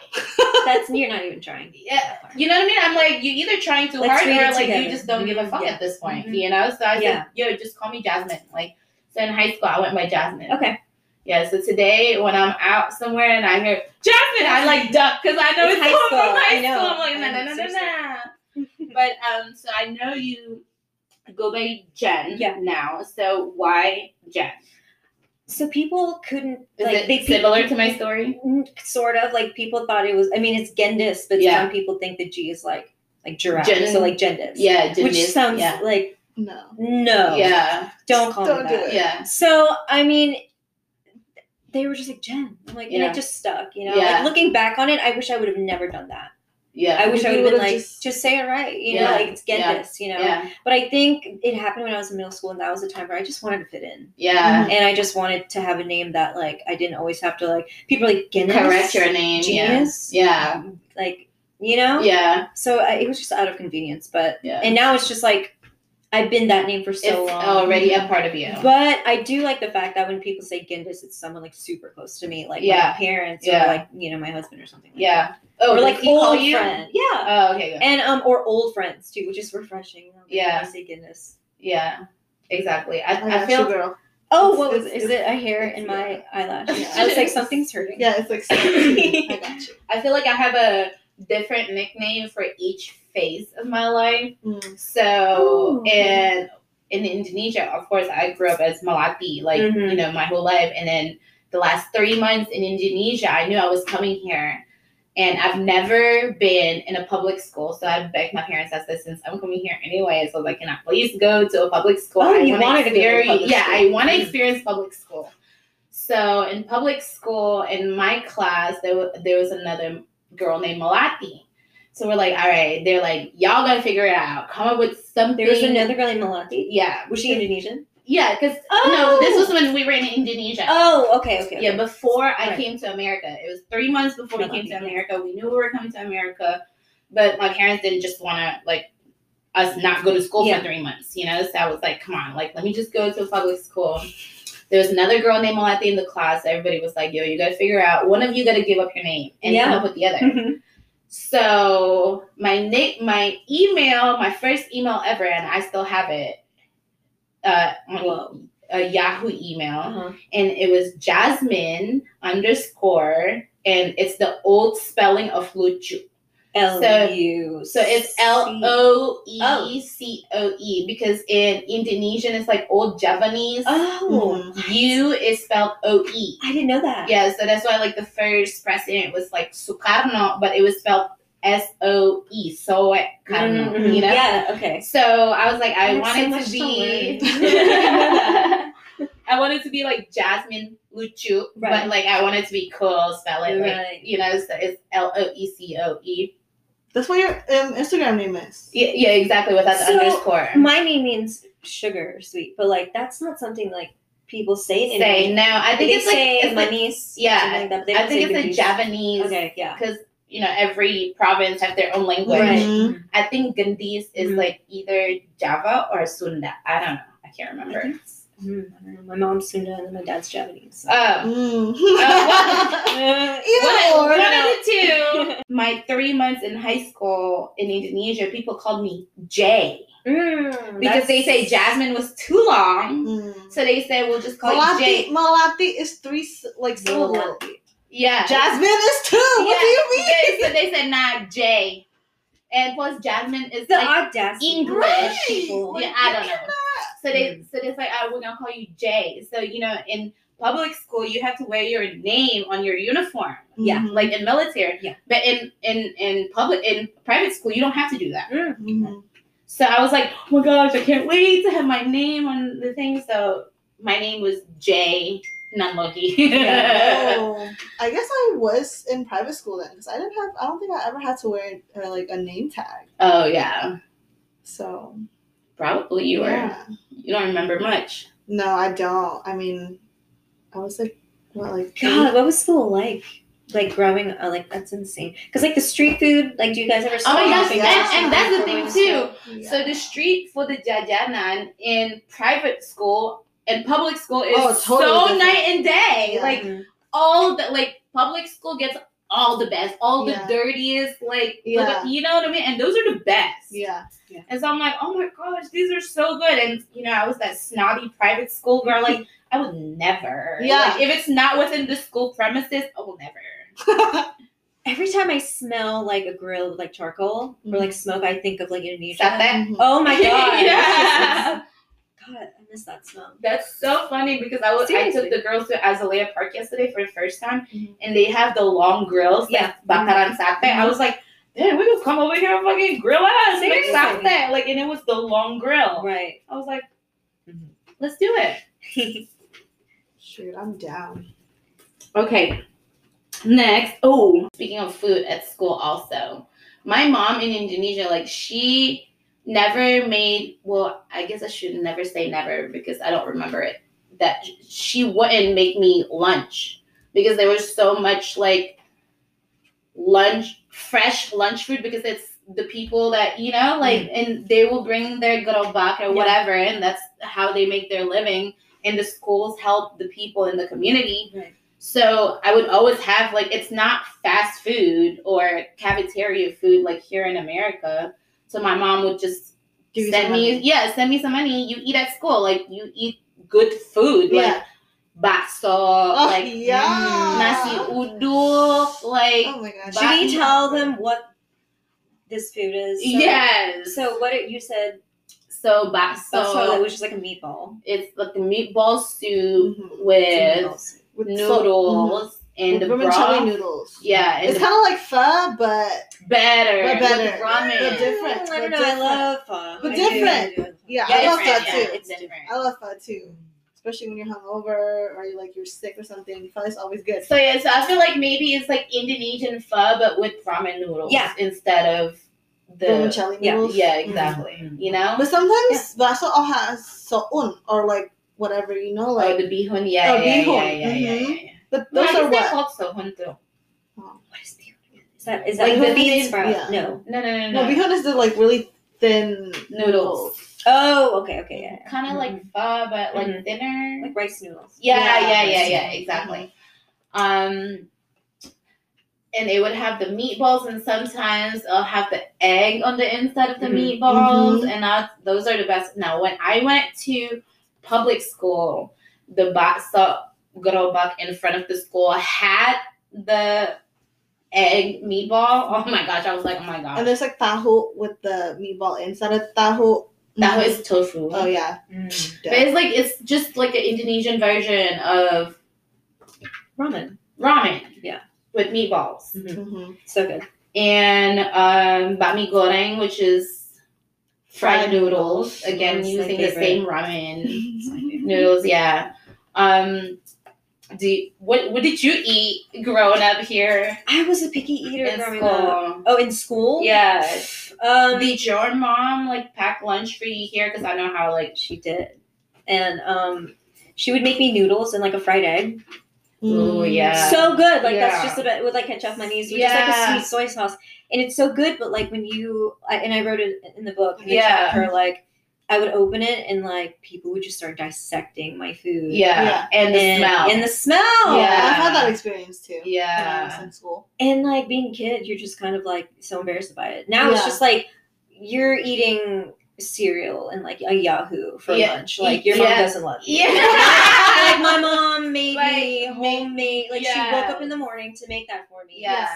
Speaker 5: That's you're not even trying.
Speaker 4: Yeah, you know what I mean? I'm like, you either trying too
Speaker 5: Let's
Speaker 4: hard
Speaker 5: read
Speaker 4: or
Speaker 5: it
Speaker 4: like
Speaker 5: together.
Speaker 4: you just don't give a fuck
Speaker 5: Mhm,
Speaker 4: at this point,
Speaker 5: yeah.
Speaker 4: you know? So I
Speaker 5: Yeah.
Speaker 4: said, yo, just call me Jasmine. Like, so in high school, I went by Jasmine.
Speaker 5: Okay.
Speaker 4: Yeah, so today when I'm out somewhere and I hear Jasmine, I like duck because I know
Speaker 5: It's
Speaker 4: it's,
Speaker 5: high
Speaker 4: coming
Speaker 5: school,
Speaker 4: from high
Speaker 5: I know.
Speaker 4: school. I'm like,
Speaker 5: I
Speaker 4: nah,
Speaker 5: know,
Speaker 4: nah, nah, nah, nah. but um, so I know you go by Jen
Speaker 5: Yeah.
Speaker 4: now. So why Jen?
Speaker 5: So people couldn't
Speaker 4: Is
Speaker 5: like
Speaker 4: it
Speaker 5: they
Speaker 4: similar to my story?
Speaker 5: sort of like people thought it was. I mean, it's Gendis, but
Speaker 4: Yeah.
Speaker 5: some people think the G is like like giraffe.
Speaker 4: Gen-
Speaker 5: so like Gendis.
Speaker 4: Yeah, Jen
Speaker 5: which
Speaker 4: is-
Speaker 5: sounds
Speaker 4: yeah.
Speaker 5: like
Speaker 2: No.
Speaker 5: no.
Speaker 4: yeah,
Speaker 5: Don't call
Speaker 2: Don't
Speaker 5: me
Speaker 2: do
Speaker 5: that.
Speaker 2: it.
Speaker 4: yeah.
Speaker 5: So I mean, they were just like Jen. I'm like, and
Speaker 4: Yeah.
Speaker 5: it just stuck. You know,
Speaker 4: Yeah.
Speaker 5: like looking back on it, I wish I would have never done that.
Speaker 4: Yeah,
Speaker 5: I wish I
Speaker 2: You
Speaker 5: would have been
Speaker 2: would've
Speaker 5: like, just,
Speaker 2: just-
Speaker 5: say it right. You know,
Speaker 4: Yeah.
Speaker 5: like it's get
Speaker 4: Yeah.
Speaker 5: this. You know.
Speaker 4: yeah,
Speaker 5: But I think it happened when I was in middle school, and that was the time where I just wanted to fit in,
Speaker 4: yeah.
Speaker 5: and I just wanted to have a name that like I didn't always have to like people are like Guinness,
Speaker 4: Correct your name. yeah.
Speaker 5: genius,
Speaker 4: Yeah.
Speaker 5: like you know.
Speaker 4: Yeah.
Speaker 5: So I, it was just out of convenience, but
Speaker 4: Yeah.
Speaker 5: and now it's just like I've been that name for so
Speaker 4: it's
Speaker 5: long
Speaker 4: already a part of you.
Speaker 5: But I do like the fact that when people say Gendis, it's somemeone like super close to me, like
Speaker 4: Yeah.
Speaker 5: my parents
Speaker 4: Yeah.
Speaker 5: or like you know my husband or something. Like
Speaker 4: yeah.
Speaker 5: that.
Speaker 4: Oh,
Speaker 5: or
Speaker 4: does
Speaker 5: like
Speaker 4: he call
Speaker 5: old
Speaker 4: you?
Speaker 5: friend. Yeah,
Speaker 4: Oh, okay. Good.
Speaker 5: and um or old friends too, which is refreshing. Like,
Speaker 4: Yeah.
Speaker 5: when I say Gendis.
Speaker 4: Yeah. Exactly. I,
Speaker 2: I
Speaker 4: I,
Speaker 2: got you,
Speaker 4: feel.
Speaker 2: girl.
Speaker 5: Oh,
Speaker 2: It's-
Speaker 5: what was
Speaker 2: it's-
Speaker 5: is it? A hair
Speaker 2: it's-
Speaker 5: in my eyelash.
Speaker 4: Yeah.
Speaker 5: I was like something's hurting.
Speaker 2: Yeah, it's like. I got you.
Speaker 4: I feel like I have a different nickname for each phase of my life.
Speaker 2: Mm.
Speaker 4: So
Speaker 5: Ooh.
Speaker 4: and in Indonesia, of course, I grew up as Malati, like
Speaker 5: Mhm.
Speaker 4: you know, my whole life. And then the last three months in Indonesia, I knew I was coming here. And I've never been in a public school, so I begged my parents. I said, "Since I'm coming here anyway, so like, can I please go to a public school?
Speaker 5: Oh,
Speaker 4: I
Speaker 5: you
Speaker 4: wanna
Speaker 5: wanted to go to
Speaker 4: experience-
Speaker 5: public
Speaker 4: yeah,
Speaker 5: school.
Speaker 4: I want to
Speaker 5: Mm.
Speaker 4: experience public school. So in public school, in my class, there wa- there was another girl named Malati. So we're like, all right. They're like, y'all gotta figure it out. Come up with something.
Speaker 5: There was another girl named Malati.
Speaker 4: Yeah.
Speaker 5: Was she Indonesian?
Speaker 4: Yeah, because no, this was when we were in Indonesia.
Speaker 5: Oh, okay, okay.
Speaker 4: Yeah, before I
Speaker 5: Right.
Speaker 4: came to America. It was three months before we
Speaker 5: Sure,
Speaker 4: came to
Speaker 5: yeah.
Speaker 4: America. We knew we were coming to America, but my parents didn't just want to like us not go to school
Speaker 5: Yeah.
Speaker 4: for three months, you know. So I was like, come on, like let me just go to a public school. There was another girl named Malati in the class. Everybody was like, yo, you gotta figure out one of you gotta give up your name and come
Speaker 5: Yeah.
Speaker 4: up with the other.
Speaker 5: Mhm.
Speaker 4: So my nick, my email, my first email ever, and I still have it. Uh,
Speaker 5: Whoa.
Speaker 4: on a Yahoo email,
Speaker 5: Uh-huh.
Speaker 4: and it was Jasmine underscore, and it's the old spelling of Luchu.
Speaker 5: L U.
Speaker 4: So it's L O E C O E because in Indonesian it's like old Javanese.
Speaker 5: Oh,
Speaker 2: Mhm.
Speaker 4: U is spelled O E.
Speaker 5: I didn't know that.
Speaker 4: Yeah, so that's why like the first president was like Sukarno, but it was spelled S O E. So Karno,
Speaker 5: Mhm.
Speaker 4: you know.
Speaker 5: Yeah. Okay.
Speaker 4: So I was like,
Speaker 5: I have
Speaker 4: I,
Speaker 5: so
Speaker 4: wanted
Speaker 5: much
Speaker 4: to
Speaker 5: to
Speaker 4: be.
Speaker 5: learn.
Speaker 4: I wanted to be like Jasmine Luchu, but
Speaker 5: Right.
Speaker 4: like I wanted to be cool, spell it like
Speaker 5: Right.
Speaker 4: you know. So it's L O E C O E.
Speaker 2: That's what your um, Instagram name is.
Speaker 4: Yeah, yeah, exactly. Without the
Speaker 5: So,
Speaker 4: underscore.
Speaker 5: My name means sugar or sweet, but like that's not something like people say. In
Speaker 4: Say
Speaker 5: English.
Speaker 4: no. I
Speaker 5: they
Speaker 4: think it's like,
Speaker 5: say
Speaker 4: it's like
Speaker 5: manis.
Speaker 4: yeah,
Speaker 5: something Like that, but they
Speaker 4: I
Speaker 5: don't
Speaker 4: think
Speaker 5: say
Speaker 4: it's a
Speaker 5: goodies.
Speaker 4: Javanese
Speaker 5: Okay. Yeah.
Speaker 4: because you know every province have their own language.
Speaker 5: Right.
Speaker 2: Mhm.
Speaker 4: I think Gandhis is
Speaker 5: Mhm.
Speaker 4: like either Java or Sunda. I don't know. I can't remember. Um,
Speaker 5: Mm, I don't know. my mom's Sunda and then my dad's Japanese. so-
Speaker 2: Mm.
Speaker 4: Um, Uh, what-
Speaker 5: Uh,
Speaker 2: Either
Speaker 4: Mm, one,
Speaker 2: or.
Speaker 4: one of the two. My three months in high school in Indonesia, people called me Jay
Speaker 5: mm,
Speaker 4: because they say
Speaker 5: that's-
Speaker 4: Jasmine was too long.
Speaker 2: Mm.
Speaker 4: So they said we'll just call you
Speaker 2: Malati,
Speaker 4: Jay.
Speaker 2: Malati is three s- like syllables.
Speaker 5: Malati.
Speaker 4: Yeah.
Speaker 2: Jasmine is two. What do you mean?
Speaker 4: They- so they said not Jay. And plus Jasmine is
Speaker 5: The
Speaker 4: like
Speaker 5: audacity.
Speaker 4: English
Speaker 5: Right.
Speaker 4: people.
Speaker 5: Like,
Speaker 4: Yeah, I don't know. So they
Speaker 5: Mm.
Speaker 4: so it's like oh, we're gonna call you Jay. So you know in public school you have to wear your name on your uniform.
Speaker 5: Yeah,
Speaker 2: Mhm.
Speaker 4: Like in military.
Speaker 5: Yeah.
Speaker 4: But in in in public in private school you don't have to do that.
Speaker 2: Mhm.
Speaker 4: So I was like, oh my gosh, I can't wait to have my name on the thing. So my name was Jay Nunlucky.
Speaker 5: Yeah.
Speaker 2: Oh, I guess I was in private school then because I didn't have. I don't think I ever had to wear uh, like a name tag.
Speaker 4: oh yeah.
Speaker 2: So
Speaker 4: Probably you were
Speaker 2: yeah.
Speaker 4: you don't remember much.
Speaker 2: No, I don't. I mean, I was like, what, like
Speaker 5: God, what was school like? Like growing, uh, like that's insane. Because like the street food, like do you guys ever?
Speaker 4: Oh my
Speaker 5: stop
Speaker 4: gosh,
Speaker 5: and
Speaker 2: yeah.
Speaker 5: get
Speaker 4: and, and that's the thing
Speaker 5: something?
Speaker 4: too. So the street for the jajanan in private school and public school is
Speaker 2: Oh, totally
Speaker 4: so
Speaker 2: different.
Speaker 4: night and day.
Speaker 2: Yeah.
Speaker 4: Like all the like public school gets all the best, all the
Speaker 2: Yeah.
Speaker 4: dirtiest, like
Speaker 2: Yeah.
Speaker 4: you know what I mean. And those are the best.
Speaker 2: yeah,
Speaker 4: And so I'm like, oh my gosh, these are so good. And you know, I was that snobby private school girl. Like I would never.
Speaker 2: Yeah.
Speaker 4: Like, if it's not within the school premises, I will never.
Speaker 5: Every time I smell like a grill with like charcoal or
Speaker 4: Mm-hmm.
Speaker 5: like smoke, I think of like
Speaker 4: Is
Speaker 5: Indonesia.
Speaker 4: that that?
Speaker 2: Mhm.
Speaker 5: Oh my god!
Speaker 4: Yeah.
Speaker 5: God, I miss that smell.
Speaker 4: That's so funny because I was I took
Speaker 5: Seriously.
Speaker 4: the girls to Azalea Park yesterday for the first time,
Speaker 2: Mhm.
Speaker 4: and they have the long grills,
Speaker 5: Yeah.
Speaker 4: like
Speaker 2: Mm-hmm.
Speaker 4: bakaran satay. I was like, damn, we could come over here and fucking grill us, like
Speaker 5: Seriously.
Speaker 4: satay, like, and it was the long grill.
Speaker 5: Right.
Speaker 4: I was like,
Speaker 5: Mhm.
Speaker 4: let's do it.
Speaker 2: Shoot, I'm down.
Speaker 4: Okay. Next, oh, speaking of food at school, also, my mom in Indonesia, like, she never made, well, I guess I should never say never because I don't remember it, that she wouldn't make me lunch because there was so much, like, lunch, fresh lunch food because it's the people that, you know, like, and they will bring their gerobak or
Speaker 5: Yeah.
Speaker 4: whatever, and that's how they make their living. And the schools help the people in the community.
Speaker 5: Right.
Speaker 4: So I would always have like it's not fast food or cafeteria food like here in America. So my mom would just
Speaker 2: Give you
Speaker 4: send
Speaker 2: some
Speaker 4: me
Speaker 2: money.
Speaker 4: yeah, send me some money. You eat at school, like you eat good food, like bakso,
Speaker 2: Oh,
Speaker 4: like
Speaker 2: yeah.
Speaker 4: nasi uduk, like
Speaker 2: Oh my god.
Speaker 5: Should we tell them what this food is? So-
Speaker 4: yes.
Speaker 5: So what it, you said?
Speaker 4: so bakso,
Speaker 5: So which is like a meatball.
Speaker 4: it's like the meatball soup
Speaker 2: Mhm.
Speaker 4: with
Speaker 5: Meatballs.
Speaker 2: With salt-
Speaker 4: noodles and the
Speaker 2: mhm. vermicelli
Speaker 4: broth.
Speaker 2: noodles.
Speaker 4: Yeah, and
Speaker 2: It's
Speaker 4: the
Speaker 2: kind of like pho, but
Speaker 4: better,
Speaker 2: But
Speaker 4: with
Speaker 2: better.
Speaker 4: ramen.
Speaker 2: But different,
Speaker 5: Mm,
Speaker 2: but
Speaker 5: I don't know.
Speaker 2: different.
Speaker 5: I love pho.
Speaker 2: But
Speaker 5: I do,
Speaker 2: different.
Speaker 5: I do.
Speaker 2: yeah, I
Speaker 4: Yeah,
Speaker 2: love
Speaker 4: different,
Speaker 2: pho
Speaker 4: yeah,
Speaker 2: too.
Speaker 4: It's different.
Speaker 2: I love pho too, especially when you're hungover or you like you're sick or something. Pho is always good.
Speaker 4: So yeah, so I feel like maybe it's like Indonesian pho but with ramen noodles
Speaker 5: Yeah.
Speaker 4: instead of the
Speaker 2: Vermicelli
Speaker 5: yeah,
Speaker 2: noodles.
Speaker 4: yeah
Speaker 2: Mhm.
Speaker 4: exactly you know
Speaker 2: But sometimes baso all has soun or like whatever you know, like.
Speaker 4: oh the bihun yeah
Speaker 2: Oh,
Speaker 4: yeah, yeah,
Speaker 2: bihun,
Speaker 4: yeah, yeah, yeah,
Speaker 2: mhm.
Speaker 4: yeah.
Speaker 2: but
Speaker 4: No, I
Speaker 2: those
Speaker 4: guess
Speaker 2: are
Speaker 4: they're
Speaker 2: what.
Speaker 4: called sohun too.
Speaker 5: What is the? Is that is that
Speaker 4: Like
Speaker 5: like, the
Speaker 4: the
Speaker 2: beans-
Speaker 5: bean sprout?
Speaker 2: yeah.
Speaker 5: No.
Speaker 4: No no no no.
Speaker 2: No, bihun is the like really thin
Speaker 4: Noodles.
Speaker 5: Oh, okay, okay, yeah, yeah.
Speaker 4: Kind of like
Speaker 2: Mm-hmm.
Speaker 4: pho but like thinner.
Speaker 5: like rice noodles.
Speaker 4: yeah, yeah,
Speaker 2: Yeah,
Speaker 4: yeah, yeah,
Speaker 2: rice noodles.
Speaker 4: exactly. Um, and they would have the meatballs, and sometimes I'll have the egg on the inside of the
Speaker 2: Mm-hmm.
Speaker 5: Mhm.
Speaker 4: meatballs, and I, those are the best. Now, when I went to public school, the bakso gerobak in front of the school had the egg meatball. Oh my gosh, I was like, oh my
Speaker 2: And
Speaker 4: gosh.
Speaker 2: there's like tahu with the meatball inside of tahu.
Speaker 4: That was tofu.
Speaker 2: Oh yeah.
Speaker 5: Mm.
Speaker 4: But it's like it's just like an Indonesian version of
Speaker 5: Ramen.
Speaker 4: ramen.
Speaker 5: Yeah.
Speaker 4: With meatballs.
Speaker 2: hmm
Speaker 5: So good.
Speaker 4: And um bakmi goreng, which is fried
Speaker 2: Fried
Speaker 4: noodles.
Speaker 2: noodles.
Speaker 4: Again,
Speaker 5: That's my
Speaker 4: using the
Speaker 5: favorite.
Speaker 4: same ramen
Speaker 5: It's my favorite.
Speaker 4: noodles, yeah. Um do what what did you eat growing up here
Speaker 5: I was a picky eater
Speaker 4: in
Speaker 5: growing up.
Speaker 4: school?
Speaker 5: Oh, in school?
Speaker 4: Yeah.
Speaker 5: Um,
Speaker 4: Did your mom like pack lunch for you here? Because I know how like
Speaker 5: she did, and um, she would make me noodles and like a fried egg.
Speaker 4: Oh, yeah.
Speaker 5: so good. Like
Speaker 4: Yeah.
Speaker 5: that's just about with like ketchup mayonnaise, which is like
Speaker 4: Yeah.
Speaker 5: a sweet soy sauce, and it's so good. But like when you I, and I wrote it in the book. And yeah.
Speaker 4: Yeah.
Speaker 5: Her like. I would open it and like people would just start dissecting my food.
Speaker 4: yeah,
Speaker 2: Yeah.
Speaker 4: and the
Speaker 5: and,
Speaker 4: smell
Speaker 5: And the smell.
Speaker 4: Yeah.
Speaker 2: Oh, I've had that experience too. When I was
Speaker 4: yeah
Speaker 2: in school.
Speaker 5: And like being a kid, you're just kind of like so embarrassed about it. Now it's
Speaker 2: Yeah.
Speaker 5: just like you're eating cereal and like a Yahoo for
Speaker 4: Yeah.
Speaker 5: lunch. Like your mom
Speaker 4: Yeah.
Speaker 5: doesn't love you.
Speaker 4: Yeah.
Speaker 5: like my mom made me
Speaker 4: Like, make-
Speaker 5: homemade. Like she
Speaker 4: yeah.
Speaker 5: woke up in the morning to make that for me.
Speaker 4: yeah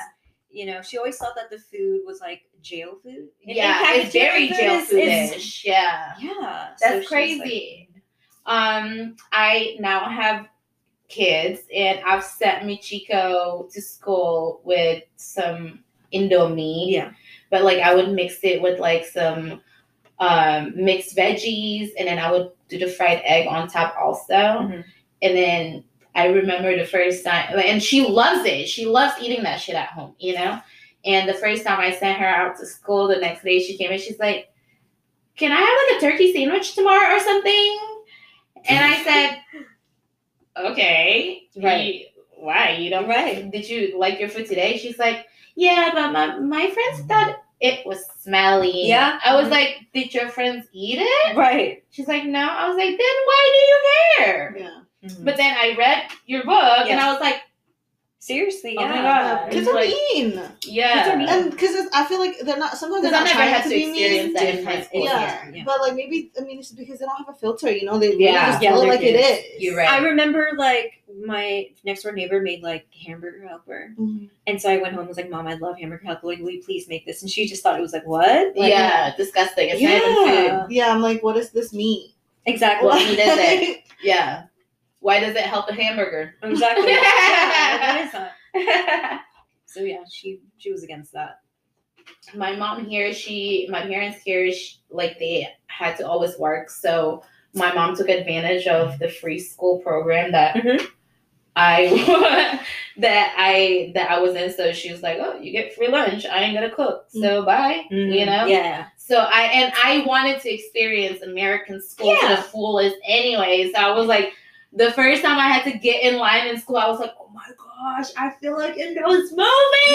Speaker 5: You know, she always thought that the food was like jail food. And
Speaker 4: yeah
Speaker 5: in
Speaker 4: it's
Speaker 5: fact,
Speaker 4: very jail
Speaker 5: is- is-
Speaker 4: foodish yeah
Speaker 5: Yeah. So she
Speaker 4: that's
Speaker 5: was, like-
Speaker 4: crazy um i now have kids and i've sent michiko to school with some indomie
Speaker 5: Yeah.
Speaker 4: but like i would mix it with like some um mixed veggies and then i would do the fried egg on top also
Speaker 5: Mhm.
Speaker 4: and then i remember the first time and she loves it she loves eating that shit at home you know and the first time i sent her out to school the next day she came and she's like can i have like a turkey sandwich tomorrow or something and i said okay
Speaker 5: Right.
Speaker 4: You- why you don't
Speaker 5: Right.
Speaker 4: did you like your food today she's like yeah but my, my friends thought it was smelly
Speaker 5: Yeah.
Speaker 4: i was like did your friends eat it
Speaker 5: Right.
Speaker 4: she's like no i was like then why do you care
Speaker 2: Yeah.
Speaker 5: Mm-hmm.
Speaker 4: but then I read your book and
Speaker 5: Yes.
Speaker 4: I was like,
Speaker 5: Seriously,
Speaker 4: Oh my
Speaker 5: yeah.
Speaker 4: God.
Speaker 2: Yeah, Kids
Speaker 4: it's
Speaker 2: are
Speaker 4: like-
Speaker 2: mean.
Speaker 4: yeah.
Speaker 5: mean.
Speaker 2: Uh, And because I feel like they're not. Sometimes they're
Speaker 4: Because I
Speaker 2: not
Speaker 4: never
Speaker 2: trying
Speaker 4: had
Speaker 2: to
Speaker 4: to
Speaker 2: be mean.
Speaker 4: experience that in high
Speaker 5: different.
Speaker 4: school.
Speaker 2: Yeah.
Speaker 4: here.
Speaker 2: But like maybe I mean it's because they don't have a filter. You know they really
Speaker 4: Yeah.
Speaker 2: just
Speaker 5: Yeah,
Speaker 2: feel
Speaker 5: they're
Speaker 2: like
Speaker 5: kids.
Speaker 2: it is.
Speaker 4: You're right.
Speaker 5: I remember like my next door neighbor made like hamburger helper.
Speaker 2: Mhm.
Speaker 5: And so I went home and was like, Mom, I love hamburger helper. Like, will you please make this? And she just thought it was like, what? Like,
Speaker 4: yeah, disgusting. It's not even food.
Speaker 5: Yeah.
Speaker 2: Yeah, I'm like, what does this mean?
Speaker 5: uh, Exactly.
Speaker 4: Well, he does it. Yeah. Why does it help a hamburger?
Speaker 5: exactly. Yeah, that is not-
Speaker 4: my
Speaker 5: So yeah, she she was against that.
Speaker 4: mom here, she, my parents here, she, like they had to always work. So my mom took advantage of the free school program that
Speaker 5: Mhm.
Speaker 4: I that I that I was in. So she was like, "Oh, you get free lunch. I ain't gonna cook. So bye." Mm-hmm. You know.
Speaker 5: Yeah.
Speaker 4: So I and I wanted to experience American school to the
Speaker 5: Yeah.
Speaker 4: fullest anyway. So I was like, the first time I had to get in line in school, I was like, oh my gosh, I feel like in those movies.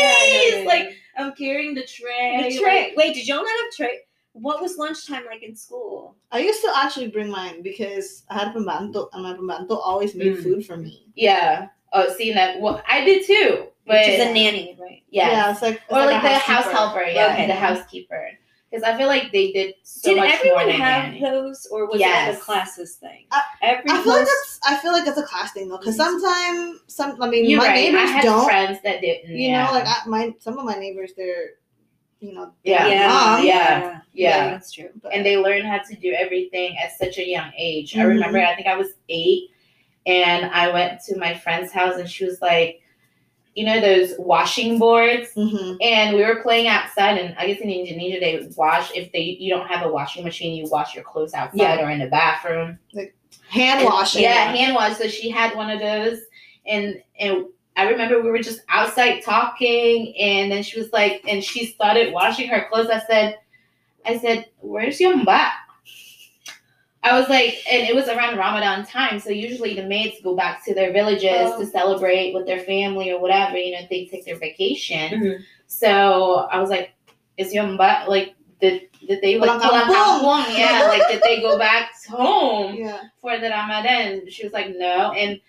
Speaker 4: Like I'm carrying the tray.
Speaker 5: the tray. Wait, did y'all not have tray? What was lunchtime like in school?
Speaker 2: I used to actually bring mine because I had pembantu, and my pembantu always made
Speaker 5: Mm.
Speaker 2: food for me.
Speaker 4: yeah. Oh, seeing that. Well, I did too. But
Speaker 5: Which is a nanny, right?
Speaker 4: yeah.
Speaker 2: Yeah, it's like it's
Speaker 4: Or like,
Speaker 2: a
Speaker 4: the house
Speaker 2: housekeeper.
Speaker 4: helper. Yeah.
Speaker 5: Okay.
Speaker 4: The housekeeper. Because I feel like they did so
Speaker 5: did
Speaker 4: much
Speaker 5: everyone
Speaker 4: more than
Speaker 5: have
Speaker 4: nanny.
Speaker 5: those, or was it like
Speaker 4: Yes. Uh,
Speaker 5: a classes thing?
Speaker 2: I-
Speaker 5: Every
Speaker 2: I feel like
Speaker 5: class-
Speaker 2: that's I feel like that's a class thing though, because sometimes some I mean
Speaker 4: Mm. You're
Speaker 2: my
Speaker 4: right. I
Speaker 2: neighbors
Speaker 4: had
Speaker 2: don't.
Speaker 4: friends that didn't.
Speaker 2: You
Speaker 4: yeah.
Speaker 2: know, like I, my some of my neighbors, they're you know,
Speaker 4: Yeah.
Speaker 2: they're
Speaker 5: yeah,
Speaker 2: mom,
Speaker 4: Yeah. yeah.
Speaker 5: that's true.
Speaker 2: but-
Speaker 4: and they learn how to do everything at such a young age. I
Speaker 2: Mhm.
Speaker 4: remember, I think I was eight, and I went to my friend's house, and she was like, you know, those washing boards.
Speaker 2: Mhm.
Speaker 4: And we were playing outside, and I guess in Indonesia they wash if they you don't have a washing machine, you wash your clothes outside
Speaker 5: Yeah.
Speaker 4: or in the bathroom
Speaker 2: hand washing.
Speaker 4: yeah, hand wash. So she had one of those, and and I remember we were just outside talking, and then she was like, and she started washing her clothes. I said, I said, where's your mbak? I was like, and it was around Ramadan time, so usually the maids go back to their villages
Speaker 5: Oh.
Speaker 4: to celebrate with their family or whatever. You know, they take their vacation.
Speaker 5: Mhm.
Speaker 4: So I was like, is your mbak like? Did, did they like
Speaker 2: Pulang
Speaker 4: pulang
Speaker 2: kampung.
Speaker 4: kampung? Yeah, like did they go back home?
Speaker 2: yeah.
Speaker 4: for the Ramadan. She was like, no. And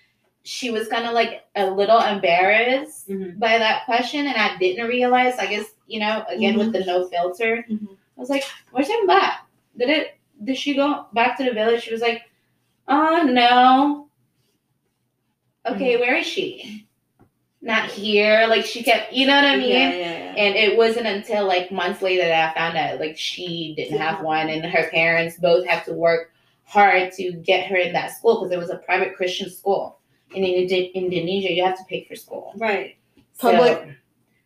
Speaker 4: she was kind of like a little embarrassed
Speaker 5: Mhm.
Speaker 4: by that question. And I didn't realize, I guess, you know, again with the no filter,
Speaker 2: Mhm.
Speaker 4: I was like, where's her back? Did it, did she go back to the village? She was like, "Uh, oh, no. Okay, where is she? not here. Like she kept, you know what I mean?
Speaker 5: Yeah, yeah, yeah.
Speaker 4: And it wasn't until like months later that I found out like she didn't have one, and her parents both have to work hard to get her in that school because it was a private Christian school. And in Indo- Indonesia, you have to pay for school.
Speaker 5: Right.
Speaker 4: So-
Speaker 2: Public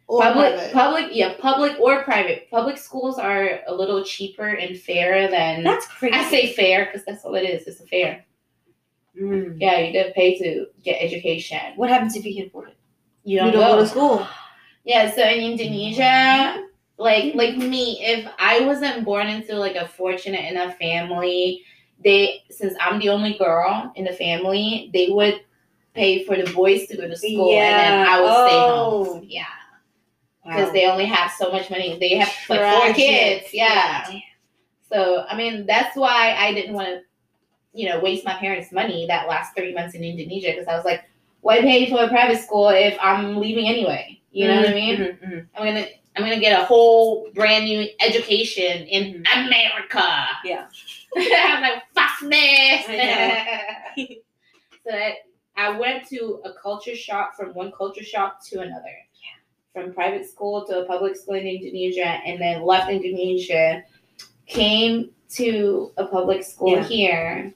Speaker 2: Or
Speaker 4: public,
Speaker 2: private.
Speaker 4: public, yeah, public or private. Public schools are a little cheaper and fairer than.
Speaker 5: That's crazy.
Speaker 4: I say fair because that's all it is. It's a fair.
Speaker 5: Mm.
Speaker 4: Yeah, you don't pay to get education.
Speaker 5: What happens if you can't afford it?
Speaker 4: You
Speaker 2: you
Speaker 4: don't,
Speaker 2: don't
Speaker 4: go.
Speaker 2: go to school.
Speaker 4: Yeah, so in Indonesia, like like me, if I wasn't born into like a fortunate enough family, they since I'm the only girl in the family, they would pay for the boys to go to school and then
Speaker 5: Yeah.
Speaker 4: I would stay
Speaker 5: Oh.
Speaker 4: home. Yeah. Because
Speaker 5: Wow.
Speaker 4: they only have so much money. They have like four
Speaker 2: Tragic.
Speaker 4: kids. Yeah.
Speaker 5: Damn.
Speaker 4: So I mean that's why I didn't want to, you know, waste my parents' money that last three months in Indonesia because I was like, why pay for a private school if I'm leaving anyway? You know what I mean?
Speaker 5: Mhm, mhm.
Speaker 4: I'm gonna I'm gonna get a whole brand new education in
Speaker 5: Mm-hmm.
Speaker 4: America.
Speaker 5: Yeah.
Speaker 4: I'm like, fuck this.
Speaker 5: I
Speaker 4: so that I went to a culture shock from one culture shock to another. From private school to a public school in Indonesia and then left Indonesia, came to a public school
Speaker 5: Yeah.
Speaker 4: here.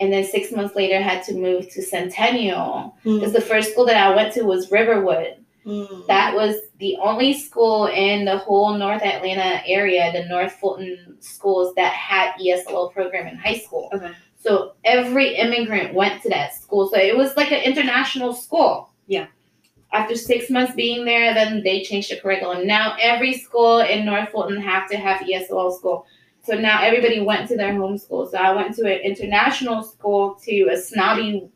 Speaker 4: And then six months later, had to move to Centennial
Speaker 5: Hmm.
Speaker 4: because the first school that I went to was Riverwood,
Speaker 2: Mm.
Speaker 4: that was the only school in the whole North Atlanta area, the North Fulton schools that had E ESL program in high school.
Speaker 5: Okay.
Speaker 4: So every immigrant went to that school. So it was like an international school.
Speaker 5: Yeah.
Speaker 4: After six months being there, then they changed the curriculum. Now every school in North Fulton have to have E ESL school. So now everybody went to their home school. So I went to an international school to a snobby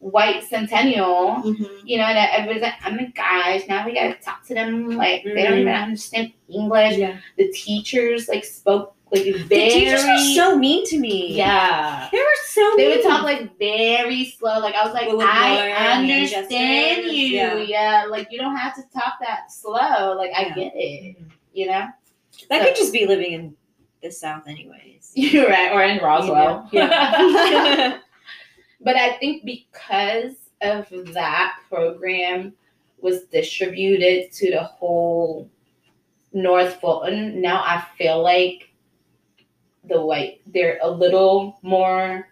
Speaker 4: white centennial
Speaker 2: Mhm.
Speaker 4: you know, that everybody's like, oh my gosh, now we gotta talk to them. Like, they don't even understand English.
Speaker 5: Mm-hmm. Yeah.
Speaker 4: The teachers, like, spoke, like, very.
Speaker 5: The teachers were so mean to me.
Speaker 4: Yeah.
Speaker 5: They were so
Speaker 4: They
Speaker 5: mean.
Speaker 4: would talk, like, very slow. Like, I was like,
Speaker 5: Well, with
Speaker 4: I
Speaker 5: Laura and the
Speaker 4: understand
Speaker 5: Winchesters,
Speaker 4: you.
Speaker 5: yeah.
Speaker 4: Yeah. Like, you don't have to talk that slow. Like, I
Speaker 5: Yeah.
Speaker 4: get it.
Speaker 5: Mhm.
Speaker 4: You know?
Speaker 5: That could just be living in the South, anyways.
Speaker 4: You're right. Or in Roswell.
Speaker 5: Yeah.
Speaker 4: But I think because of that program was distributed to the whole North Fulton, now I feel like the white they're a little more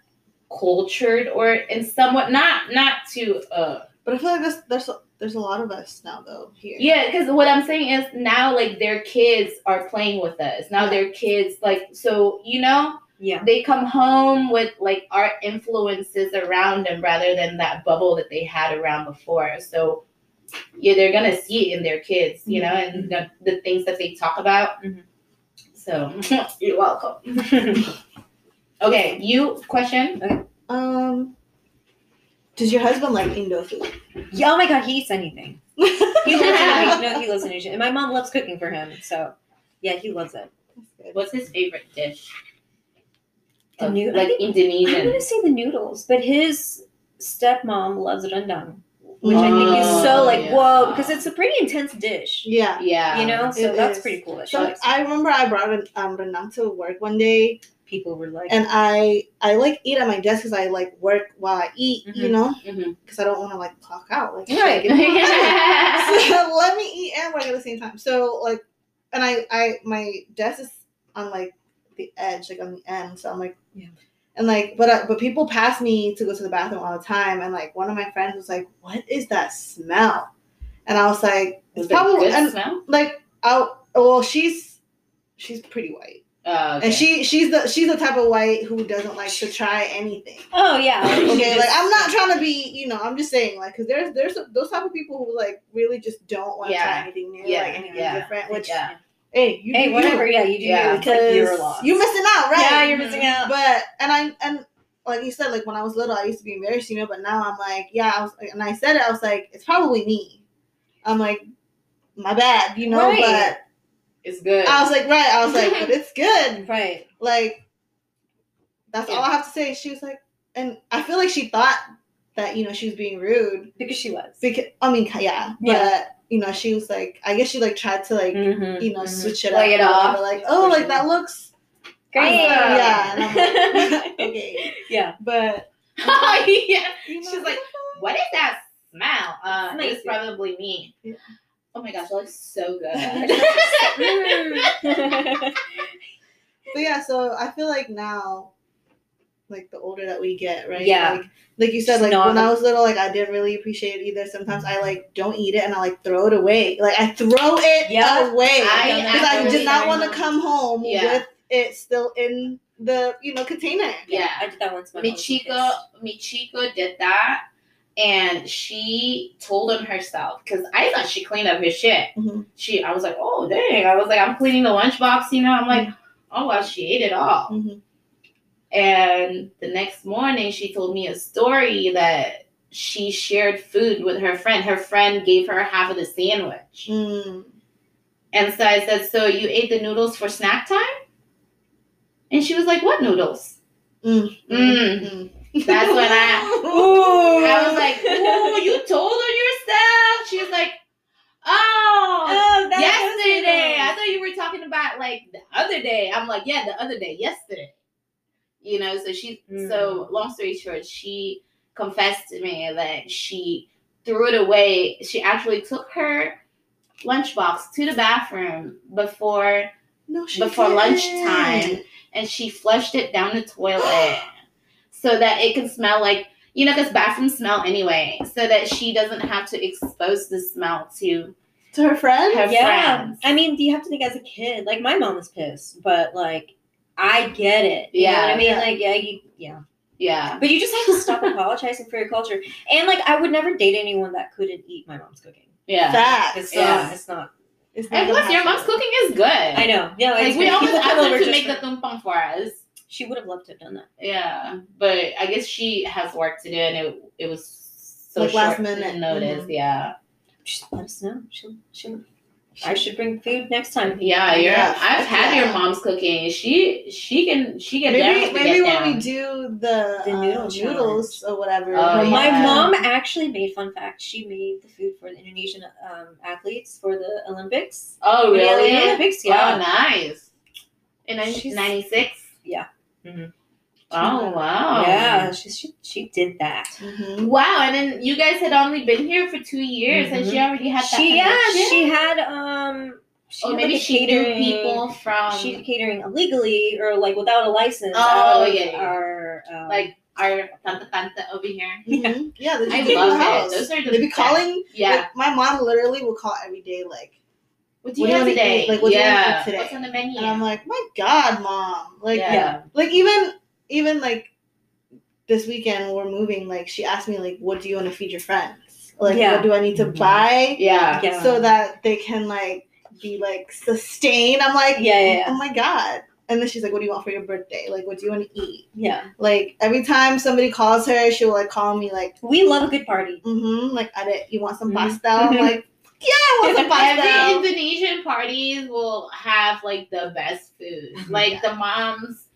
Speaker 4: cultured or in somewhat not not to uh
Speaker 2: But I feel like this, there's a- there's a lot of us now though here.
Speaker 4: yeah because what i'm saying is now like their kids are playing with us now their kids like so you know
Speaker 5: yeah.
Speaker 4: they come home with like art influences around them rather than that bubble that they had around before. So yeah, they're gonna see it in their kids, you know, and the, the things that they talk about.
Speaker 2: Mm-hmm.
Speaker 5: Mhm.
Speaker 4: So you're welcome. Okay, you question?
Speaker 2: Um. Does your husband like Indo food?
Speaker 5: yeah. Oh my God, he eats anything. He loves it. No, he loves Indonesia. And my mom loves cooking for him. So, yeah, he loves it.
Speaker 4: What's his favorite dish?
Speaker 5: The
Speaker 4: Of,
Speaker 5: new- I
Speaker 4: like
Speaker 5: think- I'm going
Speaker 4: Indonesian.
Speaker 5: to say the noodles, but his stepmom loves rendang, which I think is
Speaker 4: Oh,
Speaker 5: so like,
Speaker 4: yeah.
Speaker 5: whoa, because it's a pretty intense dish.
Speaker 2: Yeah.
Speaker 4: Yeah.
Speaker 5: You know? So
Speaker 2: It
Speaker 5: that's
Speaker 2: is.
Speaker 5: pretty cool. That she
Speaker 2: So
Speaker 5: likes it.
Speaker 2: I remember I brought an, um, rendang to work one day,
Speaker 5: People were like,
Speaker 2: and I I like eat at my desk because I like work while I eat, you
Speaker 5: Mhm.
Speaker 2: know, because
Speaker 4: Mhm.
Speaker 2: I don't want to like clock out. Like,
Speaker 5: Right.
Speaker 2: shit, give me my- So, let me eat and work at the same time. So like, and I I my desk is on like the edge, like on the end. So I'm like,
Speaker 5: Yeah.
Speaker 2: And like, but uh, but people pass me to go to the bathroom all the time, and like one of my friends was like, "What is that smell?" And I was like, "It's
Speaker 4: Was it
Speaker 2: probably
Speaker 4: good
Speaker 2: and
Speaker 4: smell?
Speaker 2: like oh well she's she's pretty white,
Speaker 4: Oh, okay.
Speaker 2: and she she's the she's the type of white who doesn't like to try anything."
Speaker 5: oh, yeah.
Speaker 2: Okay, like I'm not trying to be, you know, I'm just saying, like, because there's there's those type of people who like really just don't want to
Speaker 4: Yeah.
Speaker 2: try anything new,
Speaker 4: Yeah,
Speaker 2: like anything
Speaker 4: yeah.
Speaker 2: different. Which,
Speaker 4: Yeah.
Speaker 2: hey, you,
Speaker 5: Hey,
Speaker 2: you-
Speaker 5: whatever. Yeah, you do.
Speaker 4: Yeah.
Speaker 5: It's like your loss.
Speaker 2: because you missing out, right? Mm-hmm.
Speaker 5: Yeah, you're missing out.
Speaker 2: But and I and like you said, like when I was little, I used to be embarrassed, you know. But now I'm like, yeah, I was, and I said it, I was like, it's probably me. I'm like, my bad, you know.
Speaker 5: Right.
Speaker 4: It's good.
Speaker 2: But I was like, right, I was like, but it's good
Speaker 5: Right.
Speaker 2: like that's
Speaker 4: Yeah.
Speaker 2: all I have to say. She was like, and I feel like she thought that you know she was being rude
Speaker 5: Because she was.
Speaker 2: because I mean, yeah,
Speaker 5: Yeah.
Speaker 2: but you know she was like, I guess she like tried to like
Speaker 5: Mhm.
Speaker 2: you know
Speaker 5: Mhm.
Speaker 2: switch it
Speaker 4: Play
Speaker 2: up,
Speaker 4: Mm-hmm. it
Speaker 2: or whatever,
Speaker 4: off.
Speaker 2: like oh
Speaker 5: Switch
Speaker 2: like
Speaker 5: it
Speaker 2: that
Speaker 5: up.
Speaker 2: looks
Speaker 5: Great.
Speaker 4: Yeah.
Speaker 2: yeah, and I'm like, okay,
Speaker 5: yeah.
Speaker 2: but
Speaker 4: yeah.
Speaker 2: you know,
Speaker 4: She's like, what is that smell. Uh,
Speaker 5: Smell
Speaker 4: it's
Speaker 5: you.
Speaker 4: probably me.
Speaker 2: Yeah.
Speaker 4: Oh my gosh, I look so
Speaker 5: Mm.
Speaker 2: But yeah, so I feel like now, like the older that we get, right?
Speaker 5: Yeah.
Speaker 2: Like, like you said,
Speaker 5: Just
Speaker 2: like
Speaker 5: not-
Speaker 2: when I was little, like I didn't really appreciate it either. Sometimes I like don't eat it and I like throw it away. Like I throw it
Speaker 5: Yeah.
Speaker 2: away
Speaker 4: I
Speaker 5: am
Speaker 2: because I
Speaker 5: absolutely
Speaker 2: did not
Speaker 5: very
Speaker 2: want to
Speaker 5: much.
Speaker 2: come home
Speaker 4: Yeah.
Speaker 2: with it still in the you know container.
Speaker 4: Yeah.
Speaker 5: I did that once. my mom was
Speaker 4: Michiko Michiko did that and she told on herself because I thought she cleaned up his shit.
Speaker 5: Mm-hmm.
Speaker 2: Mhm.
Speaker 4: She I was like, oh dang. I was like, I'm cleaning the lunchbox, you know. I'm like,
Speaker 5: Mm-hmm.
Speaker 4: oh well, she ate it all.
Speaker 2: Mhm.
Speaker 4: And the next morning she told me a story that she shared food with her friend. Her friend gave her half of the sandwich. Mm-hmm.
Speaker 2: Mm.
Speaker 4: And so I said, So you ate the noodles for snack time? And she was like, What noodles?
Speaker 2: Mm.
Speaker 4: Mm.
Speaker 2: Mm.
Speaker 4: That's when I-
Speaker 2: Ooh.
Speaker 4: I was like, Ooh, you told on yourself. She's like, Oh,
Speaker 5: Oh, that
Speaker 4: yesterday. I thought you were talking about like the other day. I'm like, Yeah, the other day, yesterday. You know, so she,
Speaker 5: Mm.
Speaker 4: so long story short, she confessed to me that she threw it away. She actually took her lunchbox to the bathroom before
Speaker 2: no, she
Speaker 4: before
Speaker 2: didn't.
Speaker 4: lunchtime and she flushed it down the toilet so that it can smell like you know because bathrooms smell anyway so that she doesn't have to expose the smell to
Speaker 2: to her friend.
Speaker 4: Her-
Speaker 5: yeah.
Speaker 4: friends.
Speaker 5: I mean, do you have to think as a kid? Like my mom was pissed, but like I get it. You know what
Speaker 4: Yeah.
Speaker 5: I mean?
Speaker 2: Yeah.
Speaker 5: Like yeah, you yeah.
Speaker 4: yeah
Speaker 5: But you just have to stop apologizing for your culture. And like I would never date anyone that couldn't eat my mom's cooking.
Speaker 4: yeah
Speaker 2: Facts.
Speaker 5: It's
Speaker 4: Yeah.
Speaker 5: not it's not
Speaker 2: It's not
Speaker 4: and plus
Speaker 2: gonna
Speaker 4: your mom's
Speaker 2: happen.
Speaker 4: cooking is good
Speaker 5: I know. Yeah,
Speaker 4: like
Speaker 5: it's
Speaker 4: we
Speaker 5: great.
Speaker 4: always
Speaker 5: People come
Speaker 4: asked
Speaker 5: over
Speaker 4: her to
Speaker 5: just
Speaker 4: make the
Speaker 5: for-
Speaker 4: tumpang for us
Speaker 5: She would have loved to have done that.
Speaker 4: yeah but i guess she has work to do and it, it was so
Speaker 2: Like
Speaker 4: short
Speaker 2: last minute.
Speaker 4: notice yeah
Speaker 5: Just let us know. She'll she'll I should bring food next time.
Speaker 4: yeah you're
Speaker 2: Yeah.
Speaker 4: i've had
Speaker 2: Yeah.
Speaker 4: your mom's cooking she she can she can
Speaker 2: Maybe
Speaker 4: definitely
Speaker 2: maybe
Speaker 4: get
Speaker 2: when
Speaker 4: down.
Speaker 2: we do the,
Speaker 5: The
Speaker 2: uh,
Speaker 5: noodle
Speaker 2: noodles or whatever.
Speaker 4: Oh,
Speaker 2: we
Speaker 5: My
Speaker 4: yeah.
Speaker 5: mom actually made fun fact. She made the food for the Indonesian um, athletes for the Olympics.
Speaker 4: Oh,
Speaker 5: For the
Speaker 4: really?
Speaker 5: Alien Olympics, yeah.
Speaker 4: Oh, nice. In
Speaker 5: She's-
Speaker 4: 96?
Speaker 5: Yeah. Mhm.
Speaker 4: Oh, wow.
Speaker 5: Yeah, she, she she did that.
Speaker 2: Mhm.
Speaker 4: Wow, and then you guys had only been here for two years, and she
Speaker 2: Mm-hmm.
Speaker 4: already had that.
Speaker 5: She yeah,
Speaker 4: connection?
Speaker 5: she had um. She
Speaker 4: Oh,
Speaker 5: had,
Speaker 4: maybe
Speaker 5: like, a
Speaker 4: she knew
Speaker 5: catering,
Speaker 4: people from
Speaker 5: She did catering illegally or like without a license.
Speaker 4: Oh,
Speaker 5: out of
Speaker 4: yeah, yeah.
Speaker 5: Our, um,
Speaker 4: like our tante tante over here.
Speaker 2: Yeah, Mm-hmm. yeah they just
Speaker 4: I
Speaker 2: leave the
Speaker 4: love it.
Speaker 2: house.
Speaker 4: Those are the
Speaker 2: They be
Speaker 4: best.
Speaker 2: calling.
Speaker 4: Yeah.
Speaker 2: like, my mom literally will call every day, like,
Speaker 4: What
Speaker 2: What do you
Speaker 4: do you have
Speaker 2: wanna
Speaker 4: today?
Speaker 2: eat? Like, what do you wanna
Speaker 4: yeah.
Speaker 2: eat today? Um,
Speaker 4: What's on the menu?
Speaker 2: and I'm like, my God, mom, like,
Speaker 4: Yeah.
Speaker 2: like even even like this weekend when we're moving, like she asked me, like, what do you want to feed your friends? Like,
Speaker 5: Yeah.
Speaker 2: what do I need to
Speaker 4: Mm-hmm.
Speaker 5: Mhm.
Speaker 2: buy
Speaker 4: yeah.
Speaker 5: Yeah.
Speaker 2: so that they can like be like sustained? I'm like,
Speaker 5: Yeah, yeah, yeah.
Speaker 2: oh my God. And then she's like, what do you want for your birthday? Like, what do you want to eat?
Speaker 5: yeah.
Speaker 2: Like every time somebody calls her, she'll like call me like,
Speaker 5: We love a good party.
Speaker 2: mm-hmm, like I did, you want some
Speaker 5: Mhm.
Speaker 2: pasta? I'm
Speaker 5: Mhm.
Speaker 2: like, yeah, I want some
Speaker 4: Every
Speaker 2: pasta.
Speaker 4: Indonesian parties will have like the best food.
Speaker 5: Mhm.
Speaker 4: Like the moms.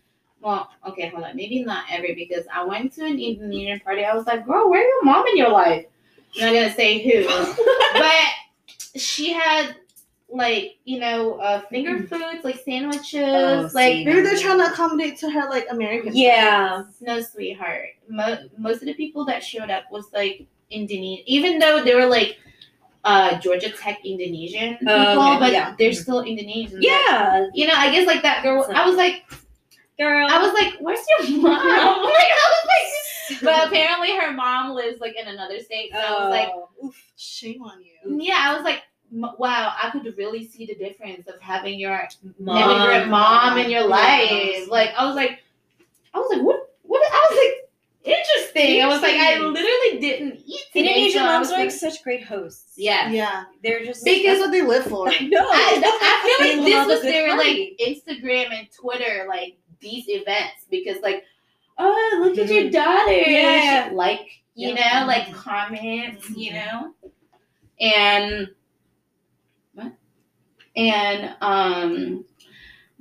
Speaker 4: Well, okay, hold on. Maybe not every because I went to an Indonesian party. I was like, girl, where your mom in your life? I'm not gonna say who, but she had like you know uh, finger foods like sandwiches.
Speaker 5: Mm-hmm. Oh,
Speaker 4: like
Speaker 5: see.
Speaker 2: Maybe they're trying to accommodate to her like American.
Speaker 5: Yeah.
Speaker 4: no, sweetheart. Mo- most of the people that showed up was like Indonesian, even though they were like uh, Georgia Tech Indonesian people,
Speaker 5: Oh, okay,
Speaker 4: but
Speaker 5: yeah.
Speaker 4: they're still Indonesian.
Speaker 5: Yeah,
Speaker 4: you know, I guess like that girl. I was like,
Speaker 5: girl.
Speaker 4: I was like, where's your mom? Like, I was like, but apparently her mom lives like in another state. So I was like,
Speaker 5: Oh, oof.
Speaker 2: Shame on you.
Speaker 5: Oh.
Speaker 4: yeah, I was like, m- wow, I could really see the difference of having your
Speaker 5: Mom.
Speaker 4: immigrant mom in your
Speaker 5: Yeah.
Speaker 4: life. Like, I was like, I was like, what? What? I was like, interesting. I was like, I
Speaker 5: Interesting.
Speaker 4: literally didn't eat today.
Speaker 5: Indonesian
Speaker 4: so I
Speaker 5: moms
Speaker 4: was
Speaker 5: are like such great hosts.
Speaker 4: yeah.
Speaker 2: Yeah.
Speaker 5: They're just
Speaker 2: That's
Speaker 4: Because-
Speaker 2: what they live for.
Speaker 5: I know.
Speaker 4: I, I
Speaker 5: They
Speaker 4: feel like this
Speaker 5: love a
Speaker 4: was
Speaker 5: good
Speaker 4: their
Speaker 5: party.
Speaker 4: like Instagram and Twitter like these events because like oh look at your
Speaker 5: Mhm.
Speaker 4: daughter
Speaker 5: Yeah.
Speaker 4: like you
Speaker 5: Yeah.
Speaker 4: know like comments you
Speaker 2: Mhm.
Speaker 4: know and what and um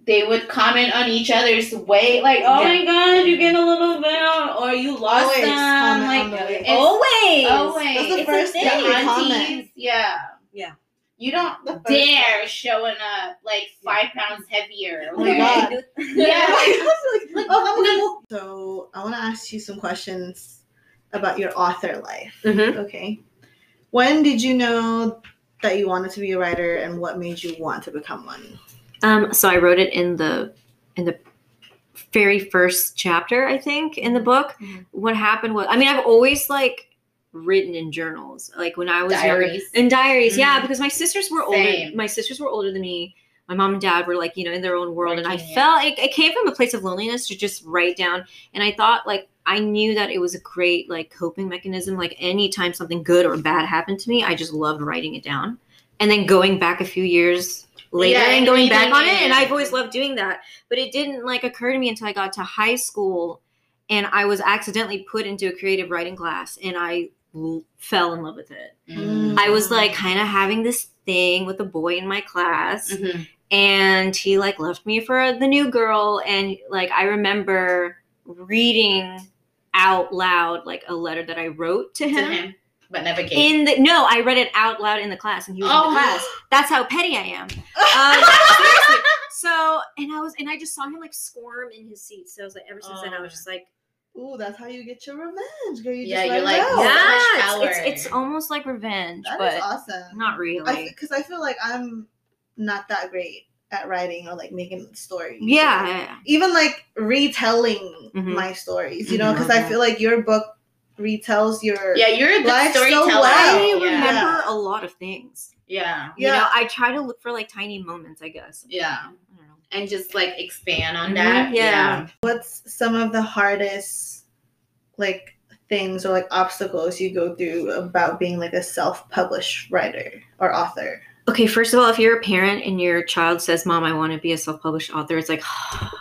Speaker 4: they would comment on each other's weight like oh my god you get a little bit on or you lost
Speaker 2: Always
Speaker 4: some
Speaker 2: comment on
Speaker 4: like
Speaker 2: the weight.
Speaker 4: it's-
Speaker 5: always.
Speaker 4: always
Speaker 2: That's the
Speaker 4: it's
Speaker 2: first
Speaker 4: the
Speaker 2: thing they comment.
Speaker 4: aunties yeah
Speaker 5: Yeah.
Speaker 4: you don't
Speaker 2: The first
Speaker 4: dare showing up like five pounds heavier.
Speaker 2: Oh my
Speaker 4: Like,
Speaker 2: God.
Speaker 4: Yeah.
Speaker 2: Like, oh, I'm gonna- So I want to ask you some questions about your author life.
Speaker 5: Mhm.
Speaker 2: Okay. When did you know that you wanted to be a writer, and what made you want to become one?
Speaker 5: Um, so I wrote it in the in the very first chapter, I think, in the book.
Speaker 4: Mhm.
Speaker 5: What happened was, I mean, I've always like written in journals, like when I was younger,
Speaker 4: Diaries.
Speaker 5: in diaries. Yeah,
Speaker 4: Mhm.
Speaker 5: because my sisters were older.
Speaker 4: Same.
Speaker 5: My sisters were older than me. My mom and dad were like, you know, in their own world, and I
Speaker 4: Working, yeah.
Speaker 5: felt it, it came from a place of loneliness to just write down. And I thought like I knew that it was a great like coping mechanism. Like anytime something good or bad happened to me, I just loved writing it down, and then going back a few years later
Speaker 4: Yeah,
Speaker 5: and
Speaker 4: and
Speaker 5: going
Speaker 4: reading
Speaker 5: back on it. And
Speaker 4: it.
Speaker 5: I've always loved doing that but it didn't like occur to me until I got to high school and I was accidentally put into a creative writing class and I l- fell in love with it.
Speaker 4: Mhm.
Speaker 5: I was like kind of having this thing with a boy in my class
Speaker 4: Mhm.
Speaker 5: and he like left me for the new girl and like I remember reading out loud like a letter that I wrote to
Speaker 4: To
Speaker 5: him.
Speaker 4: him, but never gave.
Speaker 5: In the no, I read it out loud in the class, and he was in the class. That's how petty I am. Um, seriously. so, and I was, and I just saw him like squirm in his seat. So I was like, ever since then, I was just like,
Speaker 2: Ooh, that's how you get your revenge, girl. You
Speaker 4: Yeah,
Speaker 2: just
Speaker 4: you're
Speaker 2: let it
Speaker 4: like,
Speaker 2: out.
Speaker 4: so much
Speaker 5: yeah, it's,
Speaker 4: power.
Speaker 5: it's it's almost like revenge,
Speaker 2: That
Speaker 5: but
Speaker 2: is awesome.
Speaker 5: not really.
Speaker 2: because I, feel like I'm not that great at writing or like making stories.
Speaker 5: yeah,
Speaker 2: Even like retelling
Speaker 5: Mhm.
Speaker 2: my stories, you know,
Speaker 5: Mhm.
Speaker 2: because I feel like your book retells your
Speaker 4: yeah, you're a good
Speaker 2: Life's so
Speaker 4: storyteller.
Speaker 2: loud.
Speaker 5: I
Speaker 2: Oh,
Speaker 4: yeah.
Speaker 5: remember
Speaker 2: yeah.
Speaker 5: a lot of things.
Speaker 4: yeah,
Speaker 5: You
Speaker 2: Yeah.
Speaker 5: know, I try to look for like tiny moments, I guess.
Speaker 4: Yeah.
Speaker 5: I don't know.
Speaker 4: and just like expand on
Speaker 5: Mhm,
Speaker 4: that.
Speaker 5: yeah.
Speaker 2: what's some of the hardest like things or like obstacles you go through about being like a self-published writer or author
Speaker 5: Okay, first of all, if you're a parent and your child says, "Mom, I want to be a self-published author," it's like.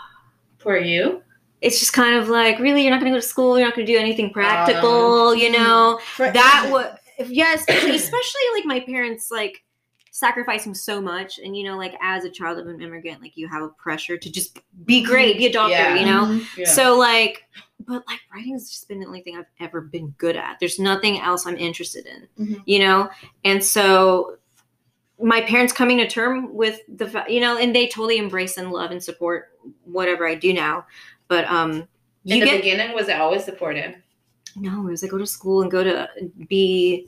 Speaker 4: for you.
Speaker 5: it's just kind of like really you're not going to go to school you're not going to do
Speaker 4: Um,
Speaker 5: anything practical you
Speaker 4: mm-hmm.
Speaker 5: know that was yes especially, especially like my parents like sacrificing so much and you know like as a child of an immigrant like you have a pressure to just be great be a doctor
Speaker 4: Yeah.
Speaker 5: you know
Speaker 2: Mhm.
Speaker 4: Yeah.
Speaker 5: so like but like writing has just been the only thing i've ever been good at there's nothing else i'm interested in
Speaker 4: Mm-hmm.
Speaker 2: Mhm.
Speaker 5: you know and so my parents coming to term with the fa- you know and they totally embrace and love and support whatever i do now but um
Speaker 4: in
Speaker 5: you
Speaker 4: the
Speaker 5: get
Speaker 4: beginning, was it always supportive?
Speaker 5: no it was like go to school and go to be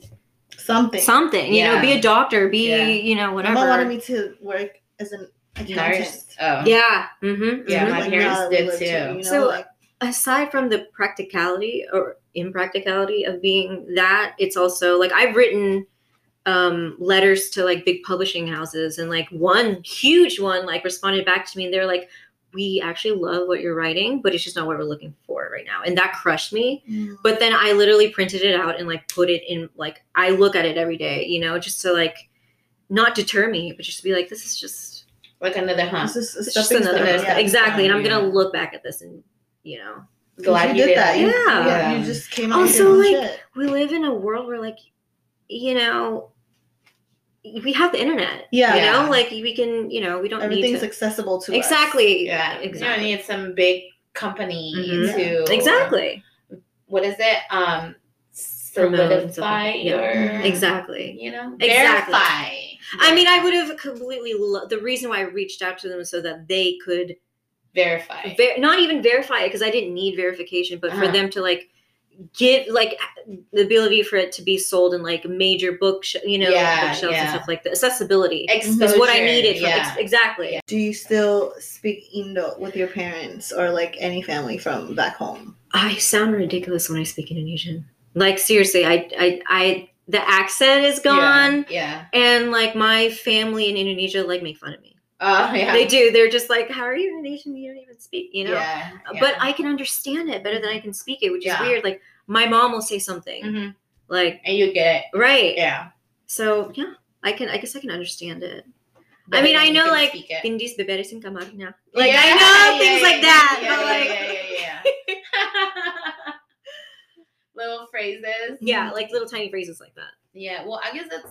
Speaker 2: something
Speaker 5: something you know
Speaker 4: Yeah.
Speaker 5: be a doctor be
Speaker 4: Yeah.
Speaker 5: you know
Speaker 2: my
Speaker 5: whatever
Speaker 2: mom wanted me to work as an accountant
Speaker 4: Nurse. Oh,
Speaker 5: yeah hmm
Speaker 4: Yeah,
Speaker 2: It was,
Speaker 4: my
Speaker 2: like,
Speaker 4: parents
Speaker 2: not
Speaker 4: did
Speaker 2: lived
Speaker 4: too.
Speaker 2: to, you know,
Speaker 5: So-
Speaker 2: like,
Speaker 5: aside from the practicality or impracticality of being that, it's also like I've written um, letters to like big publishing houses, and like one huge one like responded back to me, and they're like, "We actually love what you're writing, but it's just not what we're looking for right now," and that crushed me.
Speaker 2: mm.
Speaker 5: But then I literally printed it out and like put it in like I look at it every day, you know, just to like not deter me, but just be like, "This is just."
Speaker 4: like another hump.
Speaker 2: it's just, a
Speaker 5: It's just
Speaker 2: stepping
Speaker 5: another
Speaker 2: stone,
Speaker 4: step.
Speaker 2: yeah.
Speaker 5: exactly, and I'm
Speaker 4: Yeah.
Speaker 5: gonna look back at this and you know
Speaker 4: Glad
Speaker 2: you did that. You-
Speaker 5: Yeah.
Speaker 2: yeah,
Speaker 4: Yeah.
Speaker 2: you just came
Speaker 4: Oh,
Speaker 2: out
Speaker 5: Also,
Speaker 2: with your own
Speaker 5: like,
Speaker 2: shit.
Speaker 5: we live in a world where like you know we have the internet
Speaker 2: yeah,
Speaker 5: you
Speaker 4: Yeah.
Speaker 5: know like we can you know we don't need
Speaker 2: everything's
Speaker 5: to
Speaker 2: accessible to us.
Speaker 5: exactly
Speaker 4: Yeah,
Speaker 5: exactly
Speaker 4: You don't need some big company
Speaker 5: Mhm.
Speaker 4: to
Speaker 5: exactly
Speaker 4: What is it? Um,
Speaker 5: Promote and
Speaker 4: solidify
Speaker 5: stuff.
Speaker 4: your
Speaker 2: Yeah.
Speaker 5: exactly
Speaker 4: You know,
Speaker 5: Exactly.
Speaker 4: verify.
Speaker 5: i mean i would have completely lo- the reason why i reached out to them was so that they could
Speaker 4: verify.
Speaker 5: ver- not even verify it because i didn't need verification but for
Speaker 4: Uh-huh.
Speaker 5: them to like give like the ability for it to be sold in like major book sh- you know
Speaker 4: Yeah,
Speaker 5: bookshelves and
Speaker 4: yeah.
Speaker 5: stuff like that accessibility
Speaker 4: Exposure
Speaker 5: is what i needed from,
Speaker 4: Yeah.
Speaker 5: ex- exactly
Speaker 4: Yeah.
Speaker 2: Do you still speak Indo with your parents or like any family from back home?
Speaker 5: I sound ridiculous when I speak Indonesian. Like seriously, I I, I the accent is gone,
Speaker 4: Yeah.
Speaker 5: and like my family in Indonesia like make fun of me.
Speaker 4: Oh yeah.
Speaker 5: They do. They're just like, "How are you Indonesian? You don't even speak," you know.
Speaker 4: Yeah.
Speaker 5: But I can understand it better than I can speak it, which is
Speaker 4: Yeah.
Speaker 5: weird. Like my mom will say something,
Speaker 4: hmm
Speaker 5: like
Speaker 4: and you get
Speaker 5: right.
Speaker 4: yeah.
Speaker 5: So yeah, I can. I guess I can understand it. I mean, I
Speaker 4: You
Speaker 5: know,
Speaker 4: can
Speaker 5: like,
Speaker 4: speak it.
Speaker 5: Indis beberesin kamarnya. Like I know
Speaker 4: Yeah,
Speaker 5: things
Speaker 4: yeah,
Speaker 5: like that,
Speaker 4: yeah,
Speaker 5: but
Speaker 4: yeah,
Speaker 5: like.
Speaker 4: yeah, yeah, yeah. little phrases.
Speaker 5: Yeah, like little tiny phrases like that.
Speaker 4: Yeah. Well, I guess that's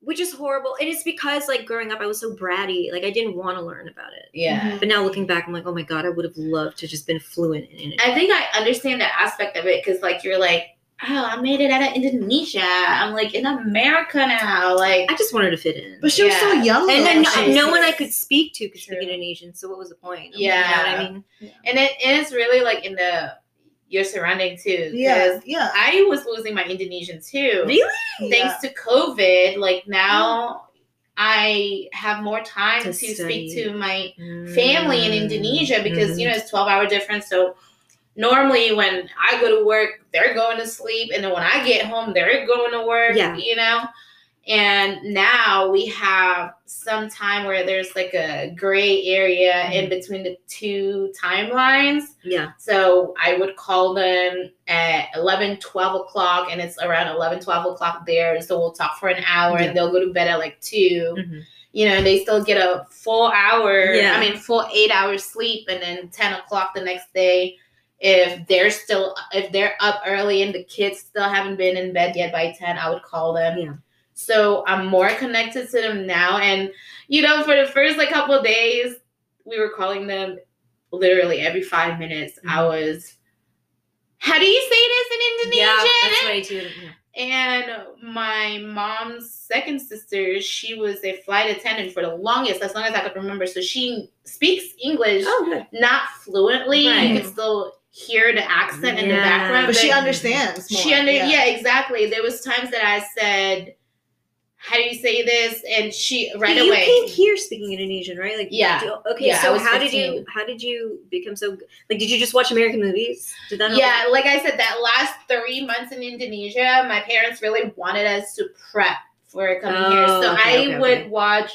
Speaker 5: which is horrible. And it's because like growing up, I was so bratty. Like I didn't want to learn about it.
Speaker 4: yeah.
Speaker 2: Mhm.
Speaker 5: But now looking back, I'm like, oh my god, I would have loved to just been fluent in it.
Speaker 4: I think I understand that aspect of it because like you're like, oh, I made it out of Indonesia. I'm like in America now. Like
Speaker 5: I just wanted to fit in.
Speaker 2: But she was so
Speaker 4: Yeah.
Speaker 2: young.
Speaker 5: and
Speaker 2: though.
Speaker 5: then
Speaker 4: Oh,
Speaker 5: no,
Speaker 4: she's-
Speaker 5: no one I could speak to could speak
Speaker 4: True.
Speaker 5: Indonesian, so what was the point?
Speaker 4: Yeah.
Speaker 5: you know what I mean.
Speaker 4: and it is really like in the your surrounding too. 'cause
Speaker 2: Yeah, yeah.
Speaker 4: I was losing my Indonesian too.
Speaker 5: Really?
Speaker 4: Thanks to COVID, like now I have more time
Speaker 5: Mm-hmm. To
Speaker 4: to,
Speaker 5: study.
Speaker 4: speak to my family
Speaker 5: Mm-hmm.
Speaker 4: in Indonesia because you know it's 12 hour difference. So normally when I go to work, they're going to sleep, and then when I get home, they're going to work.
Speaker 5: Yeah.
Speaker 4: You know. And now we have some time where there's like a gray area
Speaker 5: Mm-hmm.
Speaker 4: in between the two timelines.
Speaker 5: yeah.
Speaker 4: So I would call them at 11, 12 o'clock, and it's around 11, 12 o'clock there. So we'll talk for an hour,
Speaker 5: Yeah.
Speaker 4: and they'll go to bed at like 2.
Speaker 5: Mhm.
Speaker 4: You know, and they still get a full hour,
Speaker 5: Yeah.
Speaker 4: I mean, full eight hours sleep, and then 10 o'clock the next day. If they're still, if they're up early and the kids still haven't been in bed yet by 10, I would call them.
Speaker 5: Yeah.
Speaker 4: So I'm more connected to them now. And, you know, for the first like couple of days, we were calling them literally every five minutes. I was, how do you say this in
Speaker 5: Mm-hmm. Yeah,
Speaker 4: Indonesian?
Speaker 5: that's what I do. Yeah.
Speaker 4: and my mom's second sister, she was a flight attendant for the longest, as long as I could remember. So she speaks English,
Speaker 5: Oh, good.
Speaker 4: not fluently. You
Speaker 5: Right.
Speaker 4: can still hear the accent in the
Speaker 5: Yeah.
Speaker 4: background.
Speaker 2: but she
Speaker 4: but-
Speaker 2: understands. More.
Speaker 4: she under yeah. exactly. There was times that I said, "How do you say this?" and she right
Speaker 5: But You
Speaker 4: away.
Speaker 5: came here speaking Indonesian, right? Like,
Speaker 4: Yeah.
Speaker 5: do- okay.
Speaker 4: Yeah, I
Speaker 5: so
Speaker 4: was
Speaker 5: how did
Speaker 4: 15.
Speaker 5: you how did you become so g- like? Did you just watch American movies? Did that? help?
Speaker 4: yeah, like I said, that last three months in Indonesia, my parents really wanted us to prep for coming
Speaker 5: Oh,
Speaker 4: here. So
Speaker 5: okay,
Speaker 4: I
Speaker 5: okay,
Speaker 4: would
Speaker 5: okay.
Speaker 4: watch.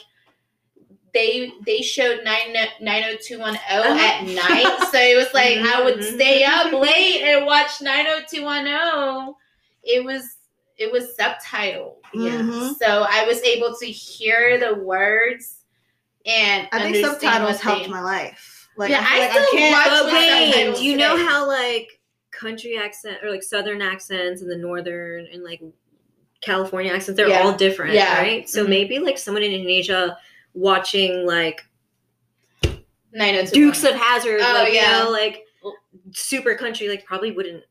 Speaker 4: They they showed nine nine oh two one oh
Speaker 5: Uh-huh.
Speaker 4: at night, so it was like I would
Speaker 5: Mhm.
Speaker 4: stay up late and watch nine oh two one oh. It was it was subtitled,
Speaker 5: Yeah.
Speaker 2: Mhm.
Speaker 4: so I was able to hear the words and
Speaker 2: I think
Speaker 4: understand
Speaker 2: subtitles
Speaker 4: what
Speaker 2: helped
Speaker 4: they-
Speaker 2: my life. Like,
Speaker 4: Yeah,
Speaker 2: I, feel
Speaker 4: I
Speaker 2: like
Speaker 4: still
Speaker 2: can't.
Speaker 4: watch
Speaker 5: But
Speaker 4: with
Speaker 5: wait,
Speaker 4: subtitles
Speaker 5: do you know
Speaker 4: today.
Speaker 5: how like country accent or like southern accents and the northern and like California accents? They're
Speaker 4: Yeah.
Speaker 5: all different,
Speaker 4: Yeah.
Speaker 5: right? So
Speaker 4: Mhm.
Speaker 5: maybe like someone in Indonesia watching like
Speaker 4: 90210.
Speaker 5: Dukes of Hazard,
Speaker 4: Oh,
Speaker 5: like
Speaker 4: yeah.
Speaker 5: you know, like super country, like probably wouldn't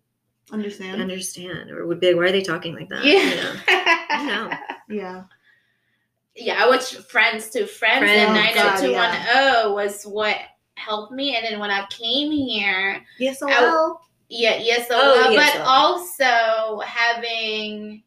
Speaker 2: Understand?
Speaker 5: understand or would be like, why are they talking like that? You know?
Speaker 4: Yeah.
Speaker 5: I know.
Speaker 2: Yeah.
Speaker 4: yeah, I watched Friends too. Friends, and
Speaker 5: Friends,
Speaker 2: God,
Speaker 4: 90210 was what helped me. And then when I came here,
Speaker 2: Yes, so
Speaker 4: I-
Speaker 2: well.
Speaker 4: yeah, yes, so,
Speaker 5: Oh,
Speaker 4: uh,
Speaker 5: yes,
Speaker 4: but
Speaker 5: so.
Speaker 4: also having,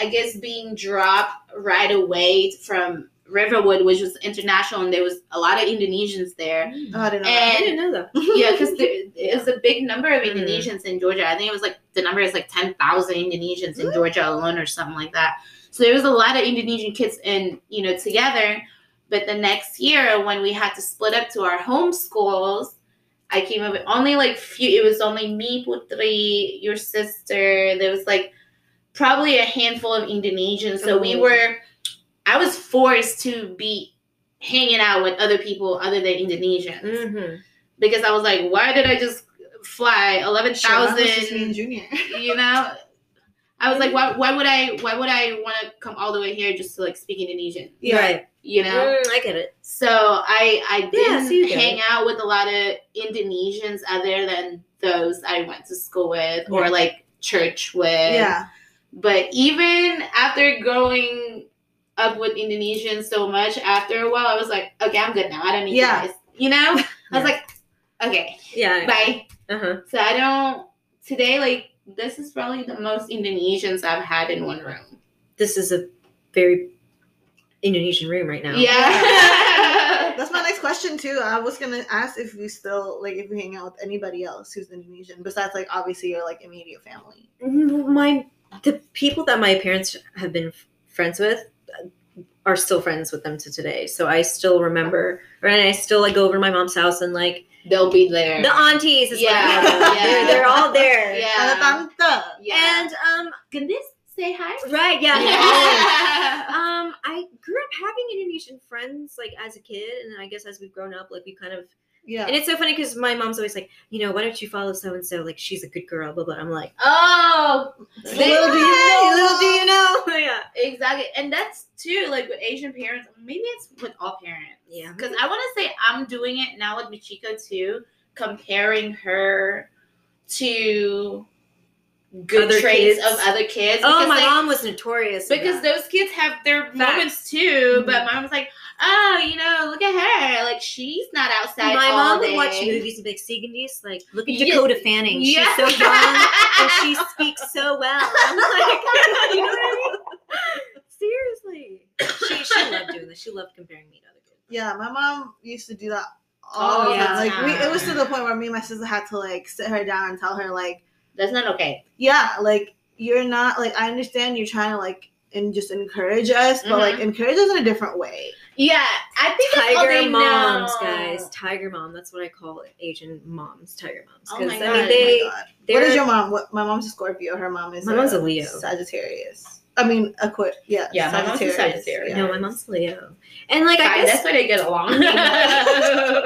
Speaker 4: I guess, being dropped right away from Riverwood, which was international, and there was a lot of Indonesians there.
Speaker 2: Oh, I didn't know.
Speaker 5: Mm. I
Speaker 4: And
Speaker 5: didn't know that.
Speaker 4: yeah, because it's a big number of
Speaker 5: Mhm.
Speaker 4: Indonesians in Georgia. I think it was like the number is like ten thousand Indonesians in Georgia alone, or something like that. So there was a lot of Indonesian kids in you know together. But the next year, when we had to split up to our home schools, I came up with only like few. It was only me, Putri, your sister. There was like probably a handful of Indonesians. So we
Speaker 5: Oh.
Speaker 4: were. I was forced to be hanging out with other people other than Indonesians
Speaker 5: Mm-hmm.
Speaker 4: because I was like, why did I just fly eleven
Speaker 2: Shit, I was just being
Speaker 4: thousand?
Speaker 2: junior.
Speaker 4: You know, I was like, why? Why would I? Why would I want to come all the way here just to like speak Indonesian?
Speaker 2: Yeah.
Speaker 5: Right.
Speaker 4: You know.
Speaker 5: Mm, I get it.
Speaker 4: So I I
Speaker 5: Yeah,
Speaker 4: didn't
Speaker 5: so you get
Speaker 4: hang out with a lot of Indonesians other than those I went to school with or
Speaker 5: Yeah.
Speaker 4: like church with.
Speaker 2: Yeah.
Speaker 4: But even after growing up with Indonesians so much, after a while I was like, okay, I'm good now. I don't need
Speaker 2: Yeah.
Speaker 4: you guys. You know, I was
Speaker 5: Yeah.
Speaker 4: like, okay,
Speaker 5: Yeah.
Speaker 4: bye.
Speaker 5: Uh huh.
Speaker 4: So I don't today like this is probably the most Indonesians I've had in one room.
Speaker 5: This is a very Indonesian room right now.
Speaker 4: Yeah.
Speaker 2: That's my next question too. I was gonna ask if you still like if you hang out with anybody else who's Indonesian besides like obviously your like immediate family.
Speaker 5: Mm, my the people that my parents have been f- friends with uh, are still friends with them to today. So I still remember, or and I still like go over to my mom's house and like
Speaker 4: They'll be there.
Speaker 5: the aunties. Is
Speaker 4: Yeah,
Speaker 5: like,
Speaker 2: yeah.
Speaker 5: They're, they're all there.
Speaker 4: Yeah.
Speaker 2: Tanda tante.
Speaker 4: yeah.
Speaker 5: And um,
Speaker 4: can this say hi?
Speaker 5: right, yeah.
Speaker 4: Yeah.
Speaker 5: Um, I grew up having Indonesian friends like as a kid, and then I guess as we've grown up, like we kind of
Speaker 2: Yeah.
Speaker 5: And it's so funny because my mom's always like, you know, why don't you follow so and so? Like, she's a good girl, blah, blah. I'm like,
Speaker 4: Oh, They-
Speaker 2: little do you know.
Speaker 5: little do you know. "Oh, yeah.
Speaker 4: exactly. And that's too like with Asian parents. Maybe it's with all parents.
Speaker 5: Yeah.
Speaker 4: Because I want to say I'm doing it now with Michiko too, comparing her to good
Speaker 5: Other
Speaker 4: traits
Speaker 5: kids.
Speaker 4: of other kids.
Speaker 5: Oh,
Speaker 4: because,
Speaker 5: my
Speaker 4: like,
Speaker 5: mom was notorious. for
Speaker 4: because
Speaker 5: that. Mm-hmm.
Speaker 4: those kids have their moments too. But mom was like, oh, you know, look at her. Like she's not outside.
Speaker 5: my
Speaker 4: all
Speaker 5: mom would
Speaker 4: day.
Speaker 5: watch movies and be like, "Seagundis, like look at
Speaker 4: Yeah.
Speaker 5: Dakota Fanning.
Speaker 4: Yeah.
Speaker 5: She's so young and she speaks so well." I'm like, you know what I mean? Seriously, she she loved doing this. She loved comparing me to other kids.
Speaker 2: Yeah, my mom used to do that all
Speaker 4: Oh,
Speaker 2: the
Speaker 5: yeah.
Speaker 2: time. Like we, it was to the point where me and my sister had to like sit her down and tell her like,
Speaker 4: That's not okay.
Speaker 2: yeah, like you're not like I understand you're trying to like and just encourage us, but like
Speaker 5: Mm-hmm.
Speaker 2: encourage us in a different way.
Speaker 4: Yeah, I think that's all
Speaker 5: Tiger
Speaker 4: oh, they
Speaker 5: moms,
Speaker 4: know.
Speaker 5: guys. Tiger mom. That's what I call Asian moms. Tiger moms.
Speaker 4: Oh
Speaker 5: 'Cause,
Speaker 4: my
Speaker 5: I
Speaker 4: God.
Speaker 5: mean,
Speaker 4: Oh my
Speaker 5: they.
Speaker 2: Oh my God.
Speaker 5: they're-
Speaker 2: What is your mom? What my mom's a Scorpio. Her mom is
Speaker 5: My mom's a Leo.
Speaker 2: Sagittarius. I mean, a quit. Yeah.
Speaker 4: Yeah, my mom's a
Speaker 2: yeah.
Speaker 4: Sagittarius.
Speaker 5: No, my mom's Leo. And like I guess
Speaker 4: Fine,
Speaker 5: Mm-hmm.
Speaker 4: that's why they get along.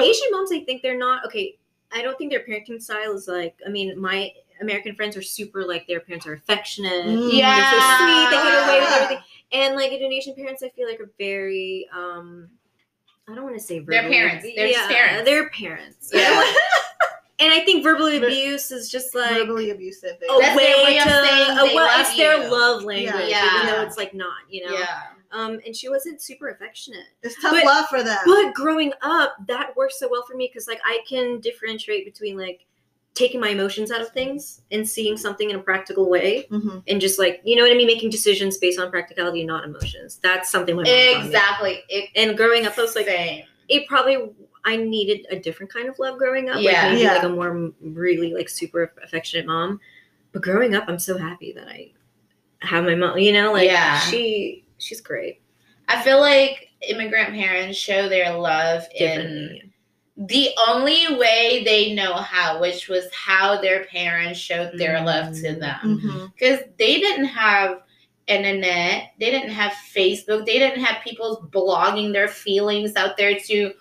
Speaker 5: Asian moms, I think they're not okay. I don't think their parenting style is like. I mean, my American friends are super like their parents are affectionate.
Speaker 2: Mm.
Speaker 5: They're
Speaker 4: Yeah.
Speaker 5: so sweet. They get away with
Speaker 2: Yeah.
Speaker 5: everything. And like Indonesian parents, I feel like are very. um I don't want to say
Speaker 4: They're
Speaker 5: verbally-
Speaker 4: parents. They're
Speaker 5: yeah,
Speaker 4: just parents.
Speaker 5: They're parents.
Speaker 4: Yeah.
Speaker 5: and I think verbal
Speaker 2: Ver-
Speaker 5: abuse is just like oh,
Speaker 2: verbally abusive.
Speaker 5: a
Speaker 4: That's
Speaker 5: way,
Speaker 4: their way
Speaker 5: to
Speaker 4: of saying
Speaker 5: a
Speaker 4: they
Speaker 5: wa-
Speaker 4: love
Speaker 5: it's their
Speaker 4: you.
Speaker 5: love language,
Speaker 4: Yeah.
Speaker 5: even though
Speaker 2: Yeah.
Speaker 5: it's like not, you know.
Speaker 4: yeah.
Speaker 5: Um, and she wasn't super affectionate.
Speaker 2: It's tough
Speaker 5: But-
Speaker 2: love for them.
Speaker 5: But growing up, that worked so well for me because like I can differentiate between like taking my emotions out of things and seeing something in a practical way
Speaker 4: Mm-hmm.
Speaker 2: hmm
Speaker 5: and just like you know what I mean, making decisions based on practicality and not emotions. That's something my mom taught me.
Speaker 4: Exactly. It,
Speaker 5: And growing up, I was like,
Speaker 4: same.
Speaker 5: it probably I needed a different kind of love growing up.
Speaker 4: Yeah.
Speaker 5: like, maybe
Speaker 2: Yeah.
Speaker 5: like a more m- really like super affectionate mom. But growing up, I'm so happy that I have my mom. You know, like
Speaker 4: Yeah.
Speaker 5: she she's great.
Speaker 4: I feel like immigrant parents show their love in
Speaker 5: Differently.
Speaker 4: the only way they know how, which was how their parents showed their
Speaker 5: Mm.
Speaker 4: love to them.
Speaker 5: Mm-hmm.
Speaker 2: hmm
Speaker 4: Because they didn't have internet, they didn't have Facebook, they didn't have people blogging their feelings out there to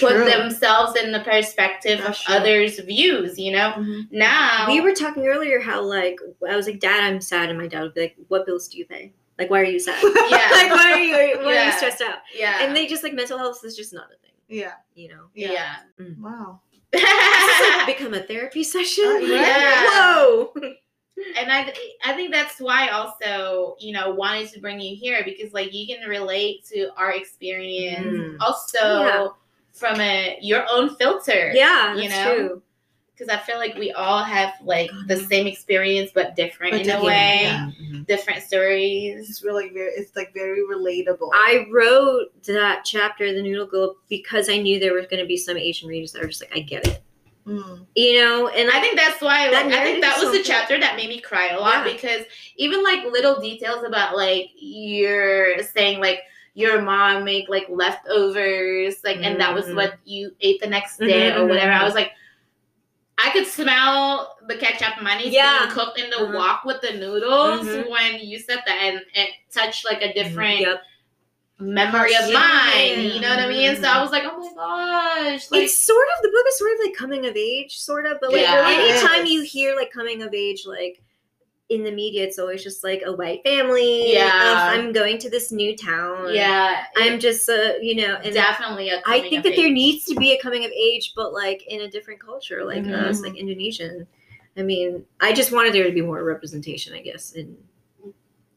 Speaker 4: put
Speaker 2: True.
Speaker 4: themselves in the perspective
Speaker 2: That's
Speaker 4: of
Speaker 2: true.
Speaker 4: others' views, you know?
Speaker 2: Mhm.
Speaker 4: Now
Speaker 5: We were talking earlier how like I was like, Dad, I'm sad, and my dad would be like, What bills do you pay? Like, why are you sad?
Speaker 4: Yeah.
Speaker 5: like, why are you why are
Speaker 4: Yeah.
Speaker 5: you stressed out?
Speaker 4: Yeah.
Speaker 5: And they just like mental health is just not a thing,
Speaker 2: Yeah.
Speaker 5: you know.
Speaker 2: Yeah.
Speaker 4: yeah.
Speaker 2: Wow.
Speaker 5: This has, like, become a therapy session.
Speaker 2: Uh,
Speaker 4: Oh, yeah.
Speaker 5: Whoa.
Speaker 4: and I I think that's why also you know wanted to bring you here because like you can relate to our experience
Speaker 5: Mm.
Speaker 4: also
Speaker 5: Yeah.
Speaker 4: from a your own filter
Speaker 5: Yeah, that's
Speaker 4: You know?
Speaker 5: true.
Speaker 4: because I feel like we all have like the same experience but different
Speaker 2: But
Speaker 4: in a
Speaker 2: different,
Speaker 4: way
Speaker 2: yeah.
Speaker 4: different
Speaker 2: Mm-hmm. It's
Speaker 4: stories
Speaker 2: just really very. It's like very relatable.
Speaker 5: I wrote that chapter, The Noodle Girl, because I knew there were going to be some Asian readers that were just like, I get it.
Speaker 2: Mm.
Speaker 5: You know? And
Speaker 4: I think that's why
Speaker 5: That
Speaker 4: like, I
Speaker 5: narrative
Speaker 4: think that
Speaker 5: is
Speaker 4: was
Speaker 5: so
Speaker 4: the chapter that made me cry a lot
Speaker 5: Yeah.
Speaker 4: because even like little details about like you're saying like your mom made like leftovers like and that was
Speaker 5: Mhm.
Speaker 4: what you ate the next day
Speaker 5: Mhm,
Speaker 4: or whatever.
Speaker 5: mhm.
Speaker 4: I was like I could smell the ketchup money
Speaker 5: Yeah.
Speaker 4: being cooked in the
Speaker 5: Uh-huh.
Speaker 4: wok with the noodles
Speaker 5: Mhm.
Speaker 4: when you said that and it touched like a different
Speaker 5: Yep.
Speaker 4: memory of
Speaker 5: Mm-hmm. Yeah.
Speaker 4: mine. You know what I mean? So I
Speaker 5: Mhm.
Speaker 4: was like, oh my gosh. Like
Speaker 5: it's sort of, the book is sort of like coming of age, sort of. But like,
Speaker 4: Yeah.
Speaker 5: anytime
Speaker 2: Yes.
Speaker 5: you hear like coming of age, like, in the media, it's always just like a white family.
Speaker 4: Yeah.
Speaker 5: of, I'm going to this new town.
Speaker 4: yeah.
Speaker 5: I'm just, uh, you know, and
Speaker 4: definitely a
Speaker 5: I
Speaker 4: coming
Speaker 5: think
Speaker 4: of
Speaker 5: that there
Speaker 4: age.
Speaker 5: needs to be a coming of age, but like in a different culture, like
Speaker 4: Mhm.
Speaker 5: us, like Indonesian. I mean, I just wanted there to be more representation, I guess. And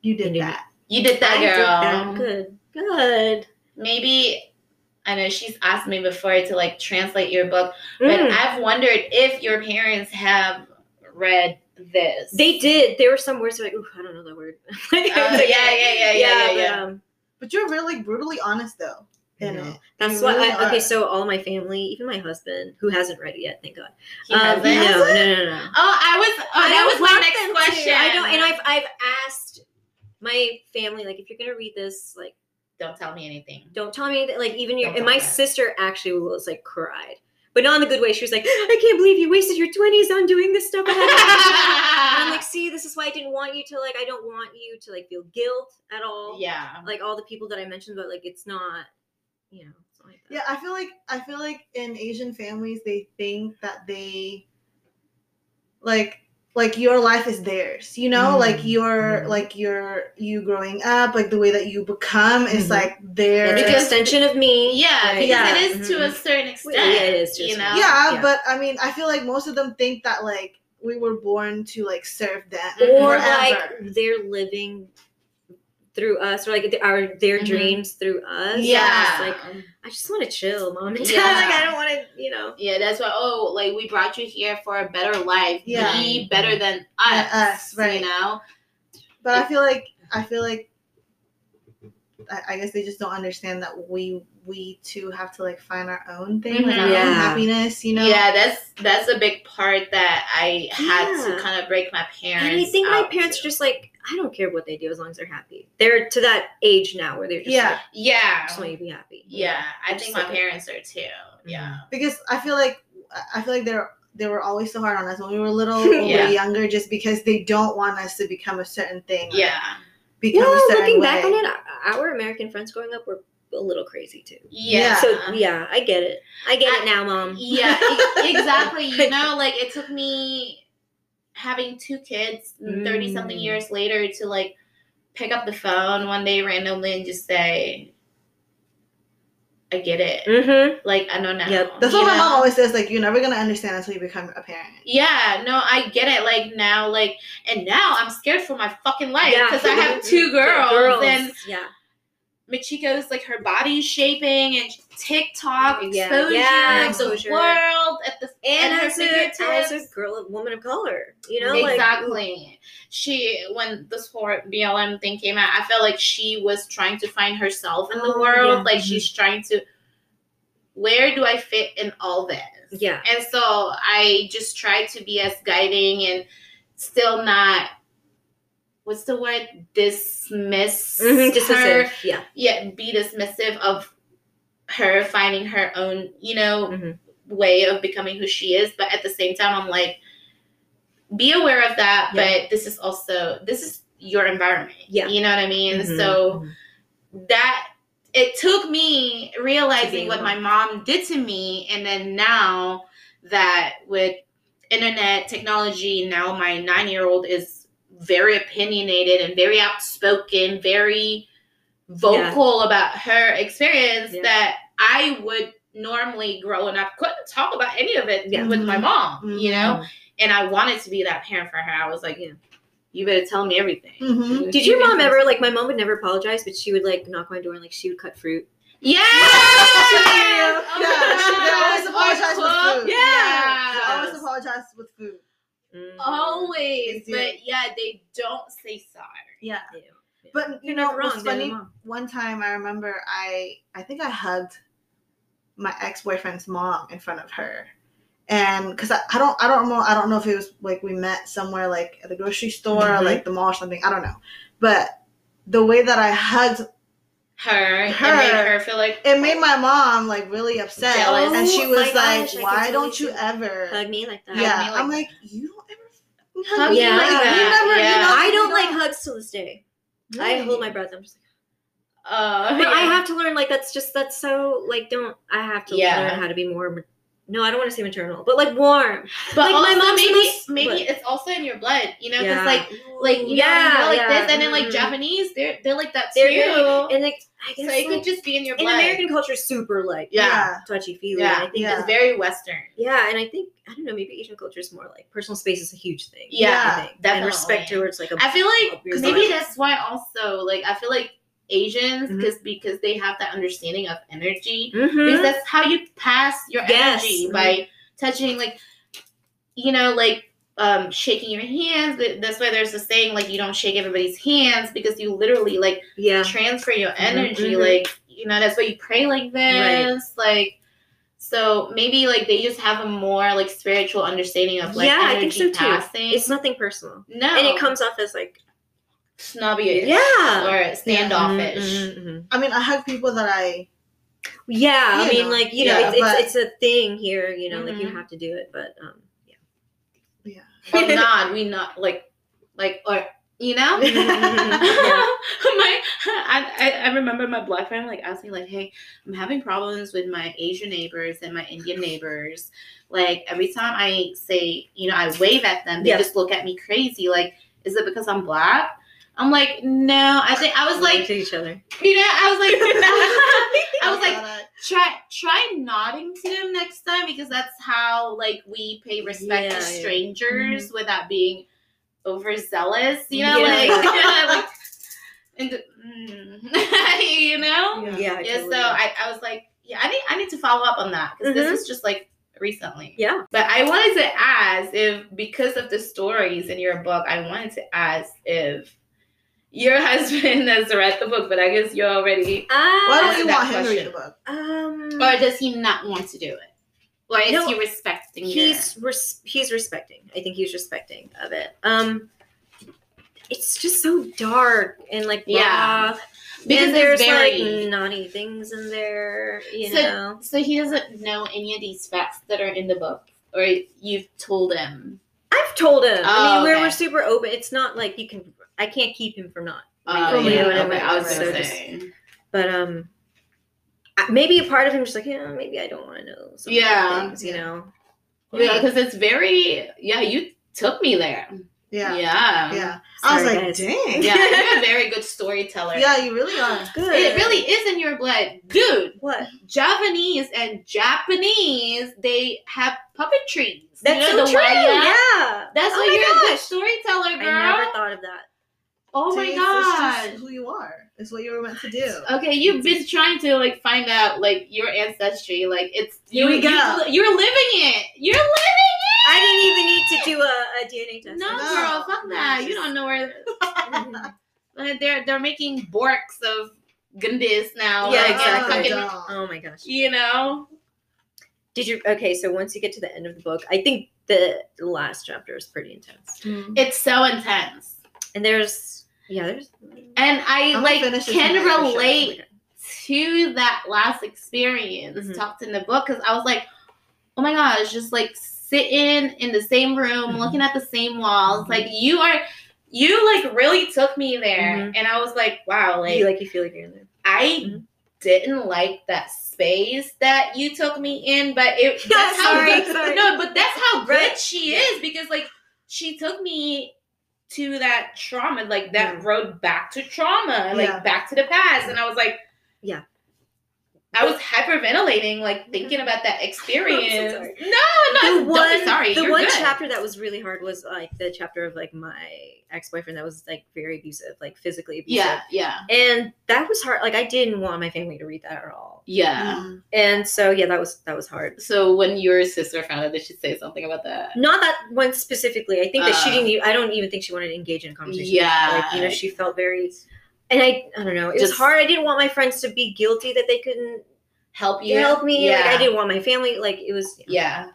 Speaker 2: You did
Speaker 5: Indonesia.
Speaker 2: that.
Speaker 4: You did that,
Speaker 5: I did
Speaker 4: girl.
Speaker 5: that. Good, good.
Speaker 4: Maybe I know she's asked me before to like translate your book, but
Speaker 5: Mm.
Speaker 4: I've wondered if your parents have read this.
Speaker 5: They did. There were some words like, "Ooh, I don't know that word." Like, I was
Speaker 4: Uh,
Speaker 5: like,
Speaker 4: yeah, yeah, yeah, yeah, yeah,
Speaker 5: but,
Speaker 4: yeah.
Speaker 5: um,
Speaker 2: But you're really like brutally honest though. In
Speaker 5: No.
Speaker 2: it.
Speaker 5: that's
Speaker 2: You
Speaker 5: why.
Speaker 2: really
Speaker 5: I, okay,
Speaker 2: are.
Speaker 5: so all my family, even my husband, who hasn't read it yet, thank God. Um,
Speaker 4: He hasn't?
Speaker 5: no, no, no, no.
Speaker 4: Oh, I was. Oh, that
Speaker 5: don't
Speaker 4: was my
Speaker 5: want
Speaker 4: next
Speaker 5: them to.
Speaker 4: question.
Speaker 5: I don't, and I've I've asked my family like, if you're gonna read this, like.
Speaker 4: don't tell me anything.
Speaker 5: don't tell me that like even your
Speaker 4: Don't
Speaker 5: and
Speaker 4: tell
Speaker 5: my
Speaker 4: me.
Speaker 5: sister actually was like cried but not in the good way she was like i can't believe you wasted your 20s on doing this stuff I had to do." And i'm like see this is why i didn't want you to like i don't want you to like feel guilt at all
Speaker 4: yeah.
Speaker 5: like all the people that i mentioned but like it's not you know it's not like that.
Speaker 2: Yeah, I feel like I feel like in Asian families they think that they like like your life is theirs, you know,
Speaker 5: Mm,
Speaker 2: like your
Speaker 5: mm.
Speaker 2: like your you growing up, like the way that you become is
Speaker 5: Mhm.
Speaker 2: like their
Speaker 5: it's an
Speaker 4: Because-
Speaker 5: extension of me
Speaker 4: Yeah,
Speaker 5: Right.
Speaker 4: because
Speaker 2: Yeah.
Speaker 4: it is to a certain
Speaker 5: mm-hmm. Well,
Speaker 4: extent.
Speaker 5: yeah, it is to a
Speaker 4: You
Speaker 5: certain
Speaker 4: know.
Speaker 5: extent.
Speaker 2: yeah,
Speaker 5: yeah.
Speaker 2: but I mean I feel like most of them think that like we were born to like serve them.
Speaker 5: Mm-hmm. or
Speaker 4: Mhm.
Speaker 5: like
Speaker 4: Forever.
Speaker 5: they're living through us or like th- our their
Speaker 4: Mhm.
Speaker 5: dreams through us
Speaker 4: Yeah.
Speaker 5: It's like i just want to chill mom and dad
Speaker 4: Yeah.
Speaker 5: like i don't want to you know
Speaker 4: yeah, that's why. Oh, like we brought you here for a better life.
Speaker 2: Yeah.
Speaker 4: Be better than
Speaker 2: Than
Speaker 4: us.
Speaker 2: us, right.
Speaker 4: You know.
Speaker 2: but I feel like I feel like I, I guess they just don't understand that we we too have to like find our own thing, like
Speaker 4: Mhm.
Speaker 2: our
Speaker 5: Yeah.
Speaker 2: own happiness, you know?
Speaker 4: Yeah, that's that's a big part that I had
Speaker 5: Yeah.
Speaker 4: to kind of break my parents.
Speaker 5: and i think my
Speaker 4: out
Speaker 5: parents
Speaker 4: to.
Speaker 5: are just like i don't care what they do as long as they're happy they're to that age now where they're just
Speaker 2: Yeah.
Speaker 5: like i
Speaker 4: Yeah.
Speaker 5: just want you to be happy
Speaker 4: Yeah, I
Speaker 5: Just
Speaker 4: think my
Speaker 5: like-
Speaker 4: parents are too. Yeah.
Speaker 2: Because I feel like I feel like they're they were always so hard on us when we were little, when we
Speaker 4: Yeah.
Speaker 2: were younger, just because they don't want us to become a certain thing. or
Speaker 4: Yeah.
Speaker 2: Become
Speaker 5: well
Speaker 2: a certain
Speaker 5: looking
Speaker 2: way.
Speaker 5: back on it o- our american friends growing up were a little crazy too
Speaker 4: Yeah.
Speaker 5: so yeah i get it i get
Speaker 4: I-
Speaker 5: it now mom
Speaker 4: Yeah, e- exactly. You know, like it took me having two kids 30 something
Speaker 5: Mm.
Speaker 4: years later to like pick up the phone one day randomly and just say, I get it.
Speaker 5: mm-hmm
Speaker 4: Like, I know now.
Speaker 5: Yep.
Speaker 2: That's
Speaker 4: you
Speaker 2: what my
Speaker 4: know?
Speaker 2: mom always says, like, you're never gonna understand until you become a parent.
Speaker 4: Yeah, no, I get it. Like now, like and now I'm scared for my fucking life
Speaker 5: Yeah.
Speaker 4: because I
Speaker 2: Mm-hmm.
Speaker 4: have two girls, and
Speaker 5: yeah
Speaker 4: Michiko's like her body's shaping and TikTok
Speaker 5: Yeah.
Speaker 4: exposure,
Speaker 5: Yeah,
Speaker 4: of
Speaker 5: exposure.
Speaker 4: the world at the
Speaker 5: and
Speaker 4: at her
Speaker 5: as a, as a
Speaker 4: fingertips.
Speaker 5: girl, a woman of color, you know,
Speaker 4: exactly. she when this whole BLM thing came out, I felt like she was trying to find herself in the
Speaker 5: Oh,
Speaker 4: world.
Speaker 5: yeah.
Speaker 4: Like she's trying to, where do I fit in all this?
Speaker 5: like, yeah,
Speaker 4: And so I just try to be as guiding and still not. What's the word? Dismiss
Speaker 5: Mhm, just
Speaker 4: her.
Speaker 5: a sip, yeah,
Speaker 4: Yeah, be dismissive of her finding her own, you know,
Speaker 5: Mhm.
Speaker 4: way of becoming who she is. But at the same time, I'm like, be aware of that.
Speaker 5: Yeah.
Speaker 4: But this is also this is your environment.
Speaker 5: Yeah.
Speaker 4: you know what I mean.
Speaker 2: Mm-hmm.
Speaker 5: Mhm,
Speaker 4: So
Speaker 5: mhm.
Speaker 4: that it took me
Speaker 5: To be
Speaker 4: realizing
Speaker 5: a
Speaker 4: what my
Speaker 5: mom.
Speaker 4: mom did to me, and then now that with internet technology, now my nine year old is very opinionated and very outspoken, very vocal about her experience
Speaker 5: Yeah.
Speaker 4: that I would normally growing up couldn't talk about any of it
Speaker 5: Yeah.
Speaker 4: with my mom, you know?
Speaker 5: Mhm.
Speaker 4: And I wanted to be that parent for her. I was like,
Speaker 5: Yeah.
Speaker 4: you better tell me everything.
Speaker 2: Mhm.
Speaker 5: Mm-hmm. Did your mom ever like? My mom would never apologize, but she would like knock on my door and like she would cut fruit.
Speaker 4: Yeah!
Speaker 5: Yeah,
Speaker 4: Oh my
Speaker 2: Yeah, she they
Speaker 4: God.
Speaker 2: always apologized with
Speaker 4: Or cook.
Speaker 2: food.
Speaker 4: Yeah.
Speaker 2: They always apologized with food.
Speaker 5: Mm.
Speaker 4: Oh, Always.
Speaker 2: They do.
Speaker 4: But yeah, they don't say sorry.
Speaker 2: Yeah.
Speaker 5: Ew.
Speaker 2: But you
Speaker 5: You're
Speaker 2: know,
Speaker 5: not wrong.
Speaker 2: what's
Speaker 5: they're the
Speaker 2: funny?
Speaker 5: mom.
Speaker 2: One time, I remember I I think I hugged my ex boyfriend's mom in front of her, and because I, I don't I don't know I don't know if it was like we met somewhere like at the grocery store or
Speaker 5: Mhm.
Speaker 2: like the mall or something I don't know, but the way that I hugged
Speaker 4: Her,
Speaker 2: Her.
Speaker 4: it made her feel like
Speaker 2: it made my mom like really upset,
Speaker 4: Jealous.
Speaker 2: and she
Speaker 5: Oh
Speaker 2: was
Speaker 5: my
Speaker 2: like,
Speaker 5: gosh, I can
Speaker 2: "Why
Speaker 5: totally
Speaker 2: don't you
Speaker 5: see-
Speaker 2: ever?"
Speaker 5: Hug me like that.
Speaker 2: yeah,
Speaker 4: me like
Speaker 2: I'm
Speaker 4: that.
Speaker 2: like, you don't ever fucking
Speaker 4: Hug
Speaker 2: hug me
Speaker 5: me
Speaker 2: like
Speaker 5: like
Speaker 2: that.
Speaker 4: that.
Speaker 2: You never,
Speaker 4: Yeah.
Speaker 2: you know,
Speaker 5: I
Speaker 2: you
Speaker 5: don't like
Speaker 2: know."
Speaker 5: hugs to this day. I
Speaker 2: Really?
Speaker 5: hold my breath. I'm just like,
Speaker 4: uh
Speaker 5: but I have to learn. Like that's just that's so like don't I have to
Speaker 4: Yeah.
Speaker 5: learn how to be more. No, I don't want to say maternal, but like warm.
Speaker 4: but
Speaker 5: Like, my
Speaker 4: also
Speaker 5: mom's the
Speaker 4: maybe
Speaker 5: most-
Speaker 4: maybe it's also in your blood, you know, because like like you
Speaker 5: Yeah,
Speaker 4: know, they're like
Speaker 5: yeah,
Speaker 4: this, and then like
Speaker 5: mhm.
Speaker 4: Japanese, they're they're like that
Speaker 5: They're
Speaker 4: too.
Speaker 5: and like I guess
Speaker 4: so it
Speaker 5: like,
Speaker 4: could just be in your
Speaker 5: in
Speaker 4: blood.
Speaker 5: American culture, super like
Speaker 4: Yeah.
Speaker 5: touchy feely.
Speaker 4: Yeah,
Speaker 5: I think
Speaker 2: yeah.
Speaker 4: It's very Western.
Speaker 5: Yeah, and I think I don't know. Maybe Asian culture is more like personal space is a huge thing.
Speaker 4: Yeah,
Speaker 5: I think.
Speaker 4: definitely.
Speaker 5: And respect towards like a
Speaker 4: I feel
Speaker 5: Up
Speaker 4: like
Speaker 5: your
Speaker 4: maybe
Speaker 5: side.
Speaker 4: that's why also like I feel like Asians
Speaker 5: Mhm.
Speaker 4: because because they have that understanding of energy
Speaker 5: Mhm.
Speaker 4: because that's how you pass your
Speaker 5: Yes,
Speaker 4: energy
Speaker 5: mhm.
Speaker 4: by touching like you know like um shaking your hands Th- that's why there's a saying like you don't shake everybody's hands because you literally like
Speaker 5: yeah.
Speaker 4: transfer your energy
Speaker 5: mhm.
Speaker 4: like you know that's why you pray like this like so maybe like they just have a more like spiritual understanding of like
Speaker 5: Yeah, I
Speaker 4: energy
Speaker 5: think so too.
Speaker 4: passing.
Speaker 5: It's nothing personal,
Speaker 4: no
Speaker 5: and it comes off as like
Speaker 4: snobby
Speaker 5: Yeah.
Speaker 4: or standoffish
Speaker 5: Mhm, mhm, mhm.
Speaker 2: I mean, I hug people that I
Speaker 5: Yeah, I
Speaker 2: You
Speaker 5: mean,
Speaker 2: know,
Speaker 5: like you
Speaker 2: yeah,
Speaker 5: know, it's,
Speaker 2: but-
Speaker 5: it's, it's a thing here. You know, like you
Speaker 4: Mhm.
Speaker 5: have to do it, but um, yeah.
Speaker 2: Yeah.
Speaker 5: mm-hmm.
Speaker 4: or not we not like like or you know
Speaker 5: Yeah.
Speaker 4: my I, I I remember my black friend like asking like hey I'm having problems with my Asian neighbors and my Indian neighbors like every time I say you know I wave at them they
Speaker 5: Yeah.
Speaker 4: just look at me crazy like is it because I'm black I'm like, no. I think I was like,
Speaker 5: to each other.
Speaker 4: you know, I was like, I was like,
Speaker 2: Gotta-
Speaker 4: try try nodding to them next time because that's how like we pay respect
Speaker 5: Yeah,
Speaker 4: to
Speaker 5: yeah.
Speaker 4: strangers
Speaker 2: Mm-hmm.
Speaker 4: without being overzealous. You know,
Speaker 5: Yeah.
Speaker 4: like, yeah, like and the- mm, you know.
Speaker 5: Yeah, I
Speaker 4: Yeah.
Speaker 5: totally-
Speaker 4: So I, I was like, yeah, I need I need to follow up on that because
Speaker 2: Mm-hmm.
Speaker 5: Mhm.
Speaker 4: this was just like recently.
Speaker 5: yeah,
Speaker 4: But I wanted to ask if, because of the stories in your book, I wanted to ask if your husband has read the book, but I guess you already,
Speaker 2: Why
Speaker 4: ask
Speaker 2: don't you
Speaker 4: that
Speaker 2: want him to read the
Speaker 4: question.
Speaker 2: book?
Speaker 5: Uh, um,
Speaker 4: or does he not want to do it? Or is
Speaker 5: No,
Speaker 4: he respecting
Speaker 5: he's res- he's respecting. I think he's respecting of it. Um, it's just so dark and like
Speaker 4: Yeah.
Speaker 5: raw,
Speaker 4: your, because
Speaker 5: and
Speaker 4: there's
Speaker 5: there's
Speaker 4: very,
Speaker 5: like naughty things in there. You
Speaker 4: So-
Speaker 5: know,
Speaker 4: so he doesn't know any of these facts that are in the book, or you've told him.
Speaker 5: I've told him. I
Speaker 4: Oh,
Speaker 5: mean, we're
Speaker 4: okay.
Speaker 5: we're super open. It's not like you can. I can't keep him from not.
Speaker 4: Oh,
Speaker 5: reading,
Speaker 4: yeah,
Speaker 5: you know what I
Speaker 4: okay,
Speaker 5: mean?
Speaker 4: I was
Speaker 5: So
Speaker 4: gonna
Speaker 5: just-
Speaker 4: say.
Speaker 5: but um I- maybe a part of him is like yeah maybe i don't want to know some
Speaker 4: Yeah.
Speaker 5: things, you know
Speaker 4: Yeah, because it's very, yeah, you took me there.
Speaker 2: Yeah. Yeah.
Speaker 4: Yeah.
Speaker 2: I was
Speaker 5: Sorry,
Speaker 2: like,
Speaker 5: guys.
Speaker 2: dang.
Speaker 4: Yeah, you're a very good storyteller.
Speaker 2: Yeah, you really are.
Speaker 5: good
Speaker 4: It really is in your blood. Dude,
Speaker 5: what
Speaker 4: Javanese and Japanese, they have puppetries.
Speaker 5: that's
Speaker 4: you know,
Speaker 5: so true
Speaker 4: wayang?
Speaker 5: yeah
Speaker 4: That's
Speaker 5: Oh
Speaker 4: why
Speaker 5: my
Speaker 4: you're a good
Speaker 5: gosh.
Speaker 4: storyteller, girl.
Speaker 5: i never thought of that
Speaker 4: oh
Speaker 2: See,
Speaker 4: my
Speaker 2: it's- It's
Speaker 4: gosh. Uh,
Speaker 2: just who you are. It's what you were meant to do.
Speaker 4: Okay, you've been trying to like find out like your ancestry. Like it's
Speaker 2: Here
Speaker 4: you,
Speaker 2: we go.
Speaker 4: You, are living it. You're living
Speaker 5: i didn't even need to do a, a dna
Speaker 4: it.
Speaker 5: test
Speaker 4: No,
Speaker 5: I'm
Speaker 2: No.
Speaker 5: just-
Speaker 4: girl, fuck
Speaker 5: No,
Speaker 4: that.
Speaker 5: it's
Speaker 4: You
Speaker 5: just-
Speaker 4: don't know where
Speaker 5: Mhm.
Speaker 4: uh, they're they're making borks of Gundis now.
Speaker 5: Yeah,
Speaker 4: like, and
Speaker 5: exactly.
Speaker 4: fucking-
Speaker 2: Oh,
Speaker 5: oh my gosh
Speaker 4: you know.
Speaker 5: did you okay so once you get to the end of the book i think the last chapter is pretty intense
Speaker 2: don't.
Speaker 4: It's so intense.
Speaker 5: and there's yeah there's
Speaker 4: And I
Speaker 2: I'm gonna
Speaker 4: like
Speaker 2: finish this
Speaker 4: can
Speaker 2: tonight for sure.
Speaker 4: relate
Speaker 5: Oh
Speaker 4: to that last experience
Speaker 5: Mhm.
Speaker 4: talked in the book because I was like, oh my gosh, just like sitting in the same room,
Speaker 5: Mhm.
Speaker 4: looking at the same walls. Like you are, you like really took me there,
Speaker 5: Mhm.
Speaker 4: and I was like, wow,
Speaker 5: my
Speaker 4: like,
Speaker 5: God. you like you feel like you're in there
Speaker 4: I
Speaker 5: Mhm.
Speaker 4: didn't like that space that you took me in, but it
Speaker 5: Yeah,
Speaker 4: that's how
Speaker 5: sorry,
Speaker 4: good,
Speaker 5: sorry.
Speaker 4: no, but that's how good
Speaker 5: Right.
Speaker 4: she is because like she took me to that trauma, like that
Speaker 5: Yeah.
Speaker 4: road back to trauma, like
Speaker 2: Yeah.
Speaker 4: back to the past, and I was like,
Speaker 5: Yeah. Mm-hmm.
Speaker 4: I was hyperventilating, like thinking about that experience.
Speaker 5: sorry.
Speaker 4: no, no,
Speaker 5: the
Speaker 4: I'm one,
Speaker 5: one,
Speaker 4: sorry.
Speaker 5: the
Speaker 4: you're
Speaker 5: one
Speaker 4: good.
Speaker 5: chapter that was really hard was like the chapter of like my ex boyfriend that was like very abusive, like physically abusive.
Speaker 4: Yeah, yeah,
Speaker 5: And that was hard. Like I didn't want my family to read that at all.
Speaker 4: yeah.
Speaker 5: Mm-hmm.
Speaker 2: Mm.
Speaker 5: And so yeah, that was that was hard.
Speaker 4: So when your sister found out, did she say something about that?
Speaker 5: Not that one specifically. I think that she
Speaker 4: Uh.
Speaker 5: didn't. e- I don't even think she wanted to engage in a conversation.
Speaker 4: Yeah.
Speaker 5: like you know, she felt very. And I, I don't know. It was
Speaker 4: Just-
Speaker 5: hard. I didn't want my friends to be guilty that they couldn't
Speaker 4: Help you
Speaker 5: help me.
Speaker 4: Yeah,
Speaker 5: Like I didn't want my family. Like it was.
Speaker 4: yeah.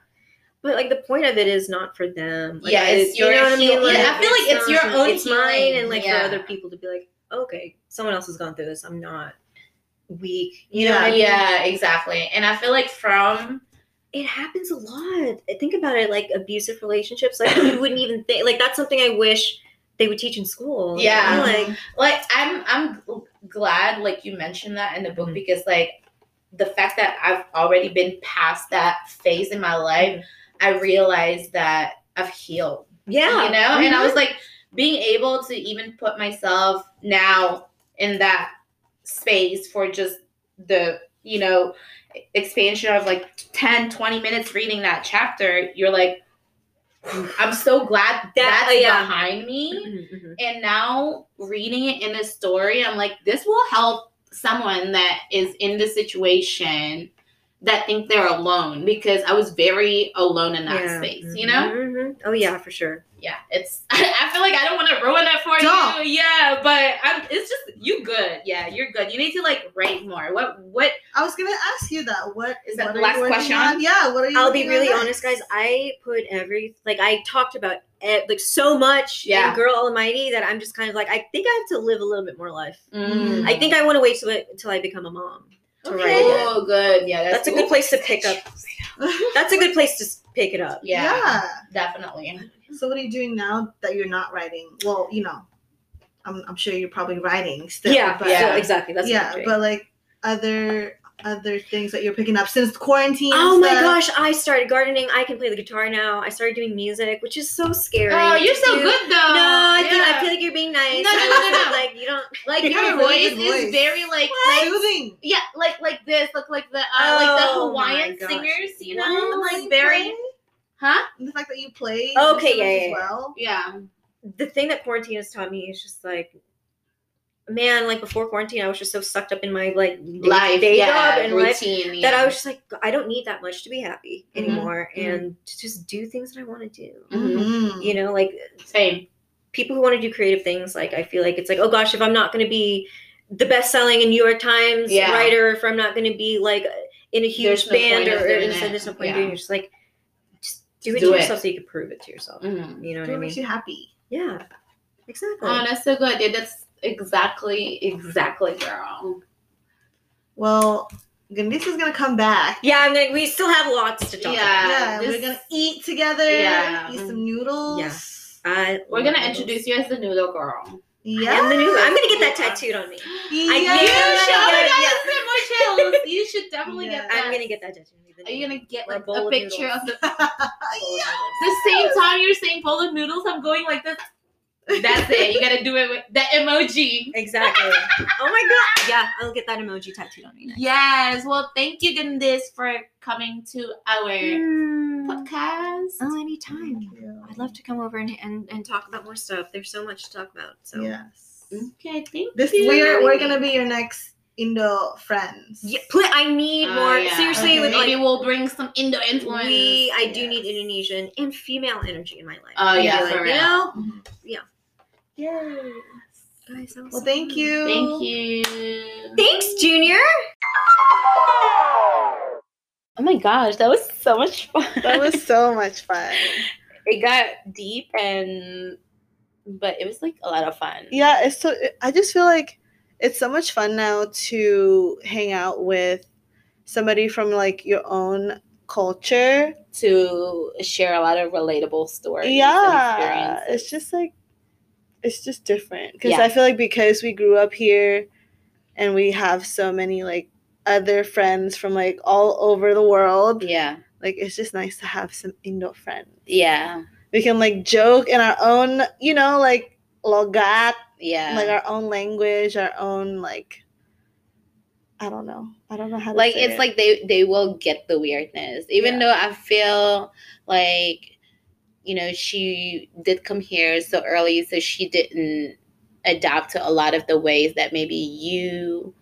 Speaker 5: But like the point of it is not for them. Like,
Speaker 4: Yeah,
Speaker 5: I-
Speaker 4: it's your heal- yeah, I feel like it's your
Speaker 5: not-
Speaker 4: own
Speaker 5: It's mine,
Speaker 4: healing.
Speaker 5: and like
Speaker 4: Yeah.
Speaker 5: for other people to be like, okay, someone else has gone through this. I'm not weak. You
Speaker 2: Yeah.
Speaker 5: know, what I mean?
Speaker 4: yeah, exactly. And I feel like from
Speaker 5: It happens a lot. I Think about it, like abusive relationships. Like you wouldn't even think. Like that's something I wish they would teach in school. you
Speaker 4: Yeah.
Speaker 5: know,
Speaker 2: Like,
Speaker 5: like
Speaker 4: like I'm I'm gl- glad like you mentioned that in the book
Speaker 5: Mhm.
Speaker 4: because like the fact that I've already been past that phase in my life, I realized that I've healed.
Speaker 5: yeah,
Speaker 4: You know? And I
Speaker 5: Mhm.
Speaker 4: was like being able to even put myself now in that space for just the, you know, expansion of like 10, 20 minutes reading that chapter, you're like, I'm so glad that's
Speaker 5: yeah.
Speaker 4: behind me.
Speaker 5: Mhm, mhm.
Speaker 4: And now reading it in a story, I'm like, this will help someone that is in the situation that think they're alone because I was very alone in that
Speaker 5: Yeah.
Speaker 4: space, you know?
Speaker 5: Mhm, mhm. Oh yeah, for sure.
Speaker 4: yeah, it's. I feel like I don't want to ruin it for
Speaker 2: Don't.
Speaker 4: you. Yeah, but I'm, it's just you good. Yeah, you're good. You need to like write more. What? What?
Speaker 2: I was gonna ask you that. What
Speaker 4: Is that
Speaker 2: what
Speaker 4: the
Speaker 2: are
Speaker 4: last
Speaker 2: you working
Speaker 4: question?
Speaker 2: On? Yeah. What are you?
Speaker 5: I'll be
Speaker 2: working
Speaker 5: really
Speaker 2: on
Speaker 5: honest,
Speaker 2: next?
Speaker 5: guys. I put every like I talked about e- like so much
Speaker 4: Yeah.
Speaker 5: in Girl Almighty that I'm just kind of like I think I have to live a little bit more life.
Speaker 2: Mm.
Speaker 5: I think I want to wait till it- till I become a mom. to
Speaker 4: Mm-hmm. Okay.
Speaker 5: write it.
Speaker 4: Oh, good. Yeah,
Speaker 5: That's a good place to pick up. That's a good place to s- pick it up.
Speaker 4: Yeah,
Speaker 2: yeah.
Speaker 4: definitely.
Speaker 2: So what are you doing now that you're not writing? Well, you know, I'm, I'm sure you're probably writing still.
Speaker 5: Yeah,
Speaker 2: but
Speaker 5: yeah,
Speaker 4: Yeah.
Speaker 5: exactly. That's what
Speaker 2: yeah,
Speaker 5: I'm doing.
Speaker 2: but like, are there other things that you're picking up since quarantine? and
Speaker 5: Oh my
Speaker 2: stuff?
Speaker 5: gosh, I started gardening. I can play the guitar now. I started doing music, which is so scary.
Speaker 1: Oh, you're
Speaker 5: to
Speaker 1: so
Speaker 5: do.
Speaker 1: good though.
Speaker 5: No, I, think, I
Speaker 1: Yeah.
Speaker 5: feel like you're being nice.
Speaker 1: No, no,
Speaker 5: I
Speaker 1: no, no,
Speaker 5: was
Speaker 1: no.
Speaker 5: Like you don't.
Speaker 1: like
Speaker 2: You
Speaker 1: your
Speaker 2: have a really
Speaker 1: voice,
Speaker 2: good
Speaker 1: is
Speaker 2: voice.
Speaker 1: very like like
Speaker 2: Soothing.
Speaker 1: yeah, like like this, like like the uh,
Speaker 5: Oh,
Speaker 1: like the Hawaiian
Speaker 5: my gosh.
Speaker 1: singers, you
Speaker 5: No,
Speaker 1: know,
Speaker 5: like
Speaker 1: like very, huh?
Speaker 2: The fact that you play.
Speaker 5: Okay,
Speaker 2: instruments
Speaker 5: yeah, yeah,
Speaker 2: as
Speaker 5: yeah.
Speaker 2: well.
Speaker 1: Yeah,
Speaker 5: the thing that quarantine has taught me is just like man like before quarantine i was just so sucked up in my like day-
Speaker 1: life,
Speaker 5: day
Speaker 1: yeah,
Speaker 5: job and life
Speaker 1: routine.
Speaker 5: that
Speaker 1: yeah.
Speaker 5: i was just like i don't need that much to be happy
Speaker 1: Mhm,
Speaker 5: anymore
Speaker 1: mhm.
Speaker 5: and to just do things that i want to do
Speaker 4: Mm-hmm.
Speaker 1: Mhm.
Speaker 2: Mm-hmm.
Speaker 5: you know like
Speaker 1: same.
Speaker 5: people who want to do creative things like i feel like it's like oh gosh if i'm not going to be the best-selling and new york times
Speaker 1: Yeah.
Speaker 5: writer if i'm not going to be like in a
Speaker 1: There's
Speaker 5: huge
Speaker 1: no
Speaker 5: band
Speaker 1: point
Speaker 5: or,
Speaker 1: of
Speaker 5: or
Speaker 1: doing
Speaker 5: it's-
Speaker 1: it.
Speaker 5: there's no point
Speaker 1: Yeah.
Speaker 5: in doing it It's just like just do it
Speaker 1: Do
Speaker 5: to
Speaker 1: it.
Speaker 5: yourself so you can prove it to yourself
Speaker 4: Mm-hmm.
Speaker 1: Mhm.
Speaker 5: you know
Speaker 2: Do
Speaker 5: what i
Speaker 2: what
Speaker 5: mean
Speaker 2: makes you happy.
Speaker 5: yeah exactly
Speaker 1: Oh, that's so good, dude. That's exactly, exactly, girl.
Speaker 2: Well, Ganesa's gonna come back.
Speaker 5: Yeah, I'm gonna. We still have lots to talk
Speaker 1: Yeah,
Speaker 2: yeah,
Speaker 1: this-
Speaker 2: we're gonna eat together.
Speaker 1: Yeah.
Speaker 2: Eat some noodles.
Speaker 5: Yes. about. I
Speaker 1: We're
Speaker 5: love
Speaker 1: gonna
Speaker 5: noodles.
Speaker 1: introduce you as the noodle girl.
Speaker 2: Yeah.
Speaker 5: I'm the new. I'm gonna get that tattooed on me. I
Speaker 1: You
Speaker 5: Yeah,
Speaker 1: should.
Speaker 5: yeah, yeah,
Speaker 1: that
Speaker 5: yeah.
Speaker 1: is so much chills. You should definitely
Speaker 2: Yeah.
Speaker 1: get that.
Speaker 5: I'm gonna get that tattooed. on me.
Speaker 1: Are you gonna get
Speaker 5: Or a
Speaker 1: like
Speaker 5: bowl
Speaker 1: a
Speaker 5: of
Speaker 1: picture
Speaker 5: noodles.
Speaker 1: of the
Speaker 2: Yeah.
Speaker 1: the same time you're saying bowl of noodles? I'm going like this. That's it. You gotta do it with that emoji.
Speaker 5: Exactly. oh my god. Yeah, I'll get that emoji tattooed on me.
Speaker 1: Yes. Well, thank you, Gandis, for coming to our podcast.
Speaker 5: Oh, anytime.
Speaker 2: Yeah.
Speaker 5: I'd love to come over and, and and talk about more stuff. There's so much to talk about. So
Speaker 2: Yes.
Speaker 1: Okay, thank
Speaker 2: This
Speaker 1: you.
Speaker 2: we're we're gonna be your next Indo friends.
Speaker 5: yeah, pl- I need
Speaker 1: Oh,
Speaker 5: more.
Speaker 1: yeah.
Speaker 5: Seriously,
Speaker 2: Okay,
Speaker 5: with
Speaker 1: Maybe
Speaker 5: like
Speaker 1: we'll bring some Indo influence.
Speaker 5: we, I do
Speaker 2: Yes.
Speaker 5: need Indonesian and female energy in my life.
Speaker 1: Oh,
Speaker 5: I'd be
Speaker 1: yeah,
Speaker 5: like,
Speaker 1: for
Speaker 5: you
Speaker 1: real.
Speaker 5: know,
Speaker 2: Mhm.
Speaker 5: Yeah.
Speaker 2: Yay.
Speaker 5: guys. that was
Speaker 2: Well,
Speaker 5: so
Speaker 2: thank
Speaker 5: fun.
Speaker 2: you.
Speaker 1: Thank you.
Speaker 5: Thanks, Junior.
Speaker 1: Oh my gosh, that was so much fun.
Speaker 2: That was so much fun.
Speaker 1: it got deep and but it was like a lot of fun.
Speaker 2: Yeah, it's so. I just feel like it's so much fun now to hang out with somebody from like your own culture.
Speaker 1: To share a lot of relatable stories. and
Speaker 2: yeah
Speaker 1: experiences.
Speaker 2: it's just like it's just different because
Speaker 1: Yeah.
Speaker 2: i feel like because we grew up here and we have so many like other friends from like all over the world
Speaker 1: Yeah.
Speaker 2: like it's just nice to have some indo friends
Speaker 1: Yeah.
Speaker 2: we can like joke in our own you know like logat
Speaker 1: Yeah.
Speaker 2: like our own language our own like i don't know i don't know how to
Speaker 1: like
Speaker 2: say
Speaker 1: it's
Speaker 2: it.
Speaker 1: like they they will get the weirdness even
Speaker 2: Yeah.
Speaker 1: though i feel like you know she did come here so early so she didn't adapt to a lot of the ways that maybe you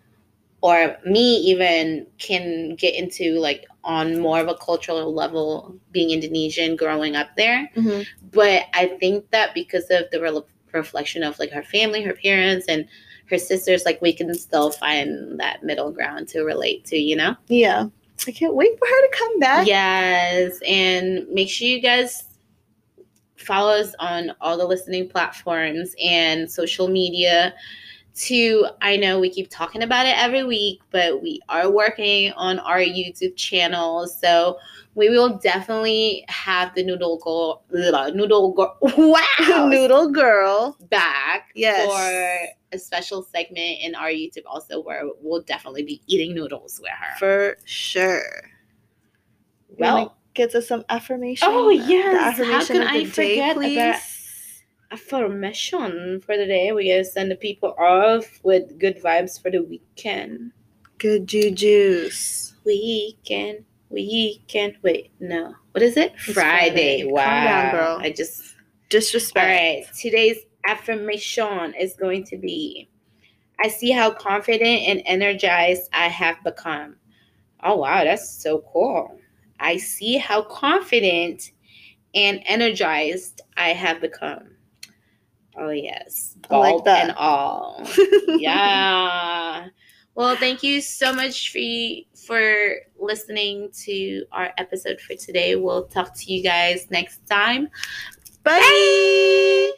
Speaker 1: or me even can get into like on more of a cultural level being indonesian growing up there
Speaker 2: Mhm.
Speaker 1: but i think that because of the rel reflection of like her family her parents and her sisters like we can still find that middle ground to relate to you know
Speaker 2: yeah i can't wait for her to come back
Speaker 1: yes and make sure you guys follow us on all the listening platforms and social media to i know we keep talking about it every week but we are working on our youtube channel so we will definitely have the noodle girl noodle girl wow
Speaker 2: noodle girl
Speaker 1: back
Speaker 2: Yes.
Speaker 1: for a special segment in our YouTube also where we'll definitely be eating noodles with her.
Speaker 2: for sure
Speaker 1: well,
Speaker 2: gets us some affirmation.
Speaker 1: Oh, yes.
Speaker 2: uh, The
Speaker 1: How
Speaker 2: affirmation
Speaker 1: can
Speaker 2: of
Speaker 1: I
Speaker 2: the day,
Speaker 1: forget
Speaker 2: please.
Speaker 1: about- affirmation for the day. We're gonna send the people off with good vibes for the weekend.
Speaker 2: good juju's?
Speaker 1: Weekend, weekend. Wait, no. What is it?
Speaker 2: Friday.
Speaker 1: Friday.
Speaker 2: Calm
Speaker 1: Wow.
Speaker 2: down, girl.
Speaker 1: I just All
Speaker 2: Disrespect.
Speaker 1: right. Today's affirmation is going to be I see how confident and energized I have become. Oh, wow. That's so cool. I see how confident and energized I have become. Oh, yes.
Speaker 2: I like
Speaker 1: Bald
Speaker 2: that.
Speaker 1: and all. yeah. Well, thank you so much for, for listening to our episode for today. We'll talk to you guys next time.
Speaker 2: Bye.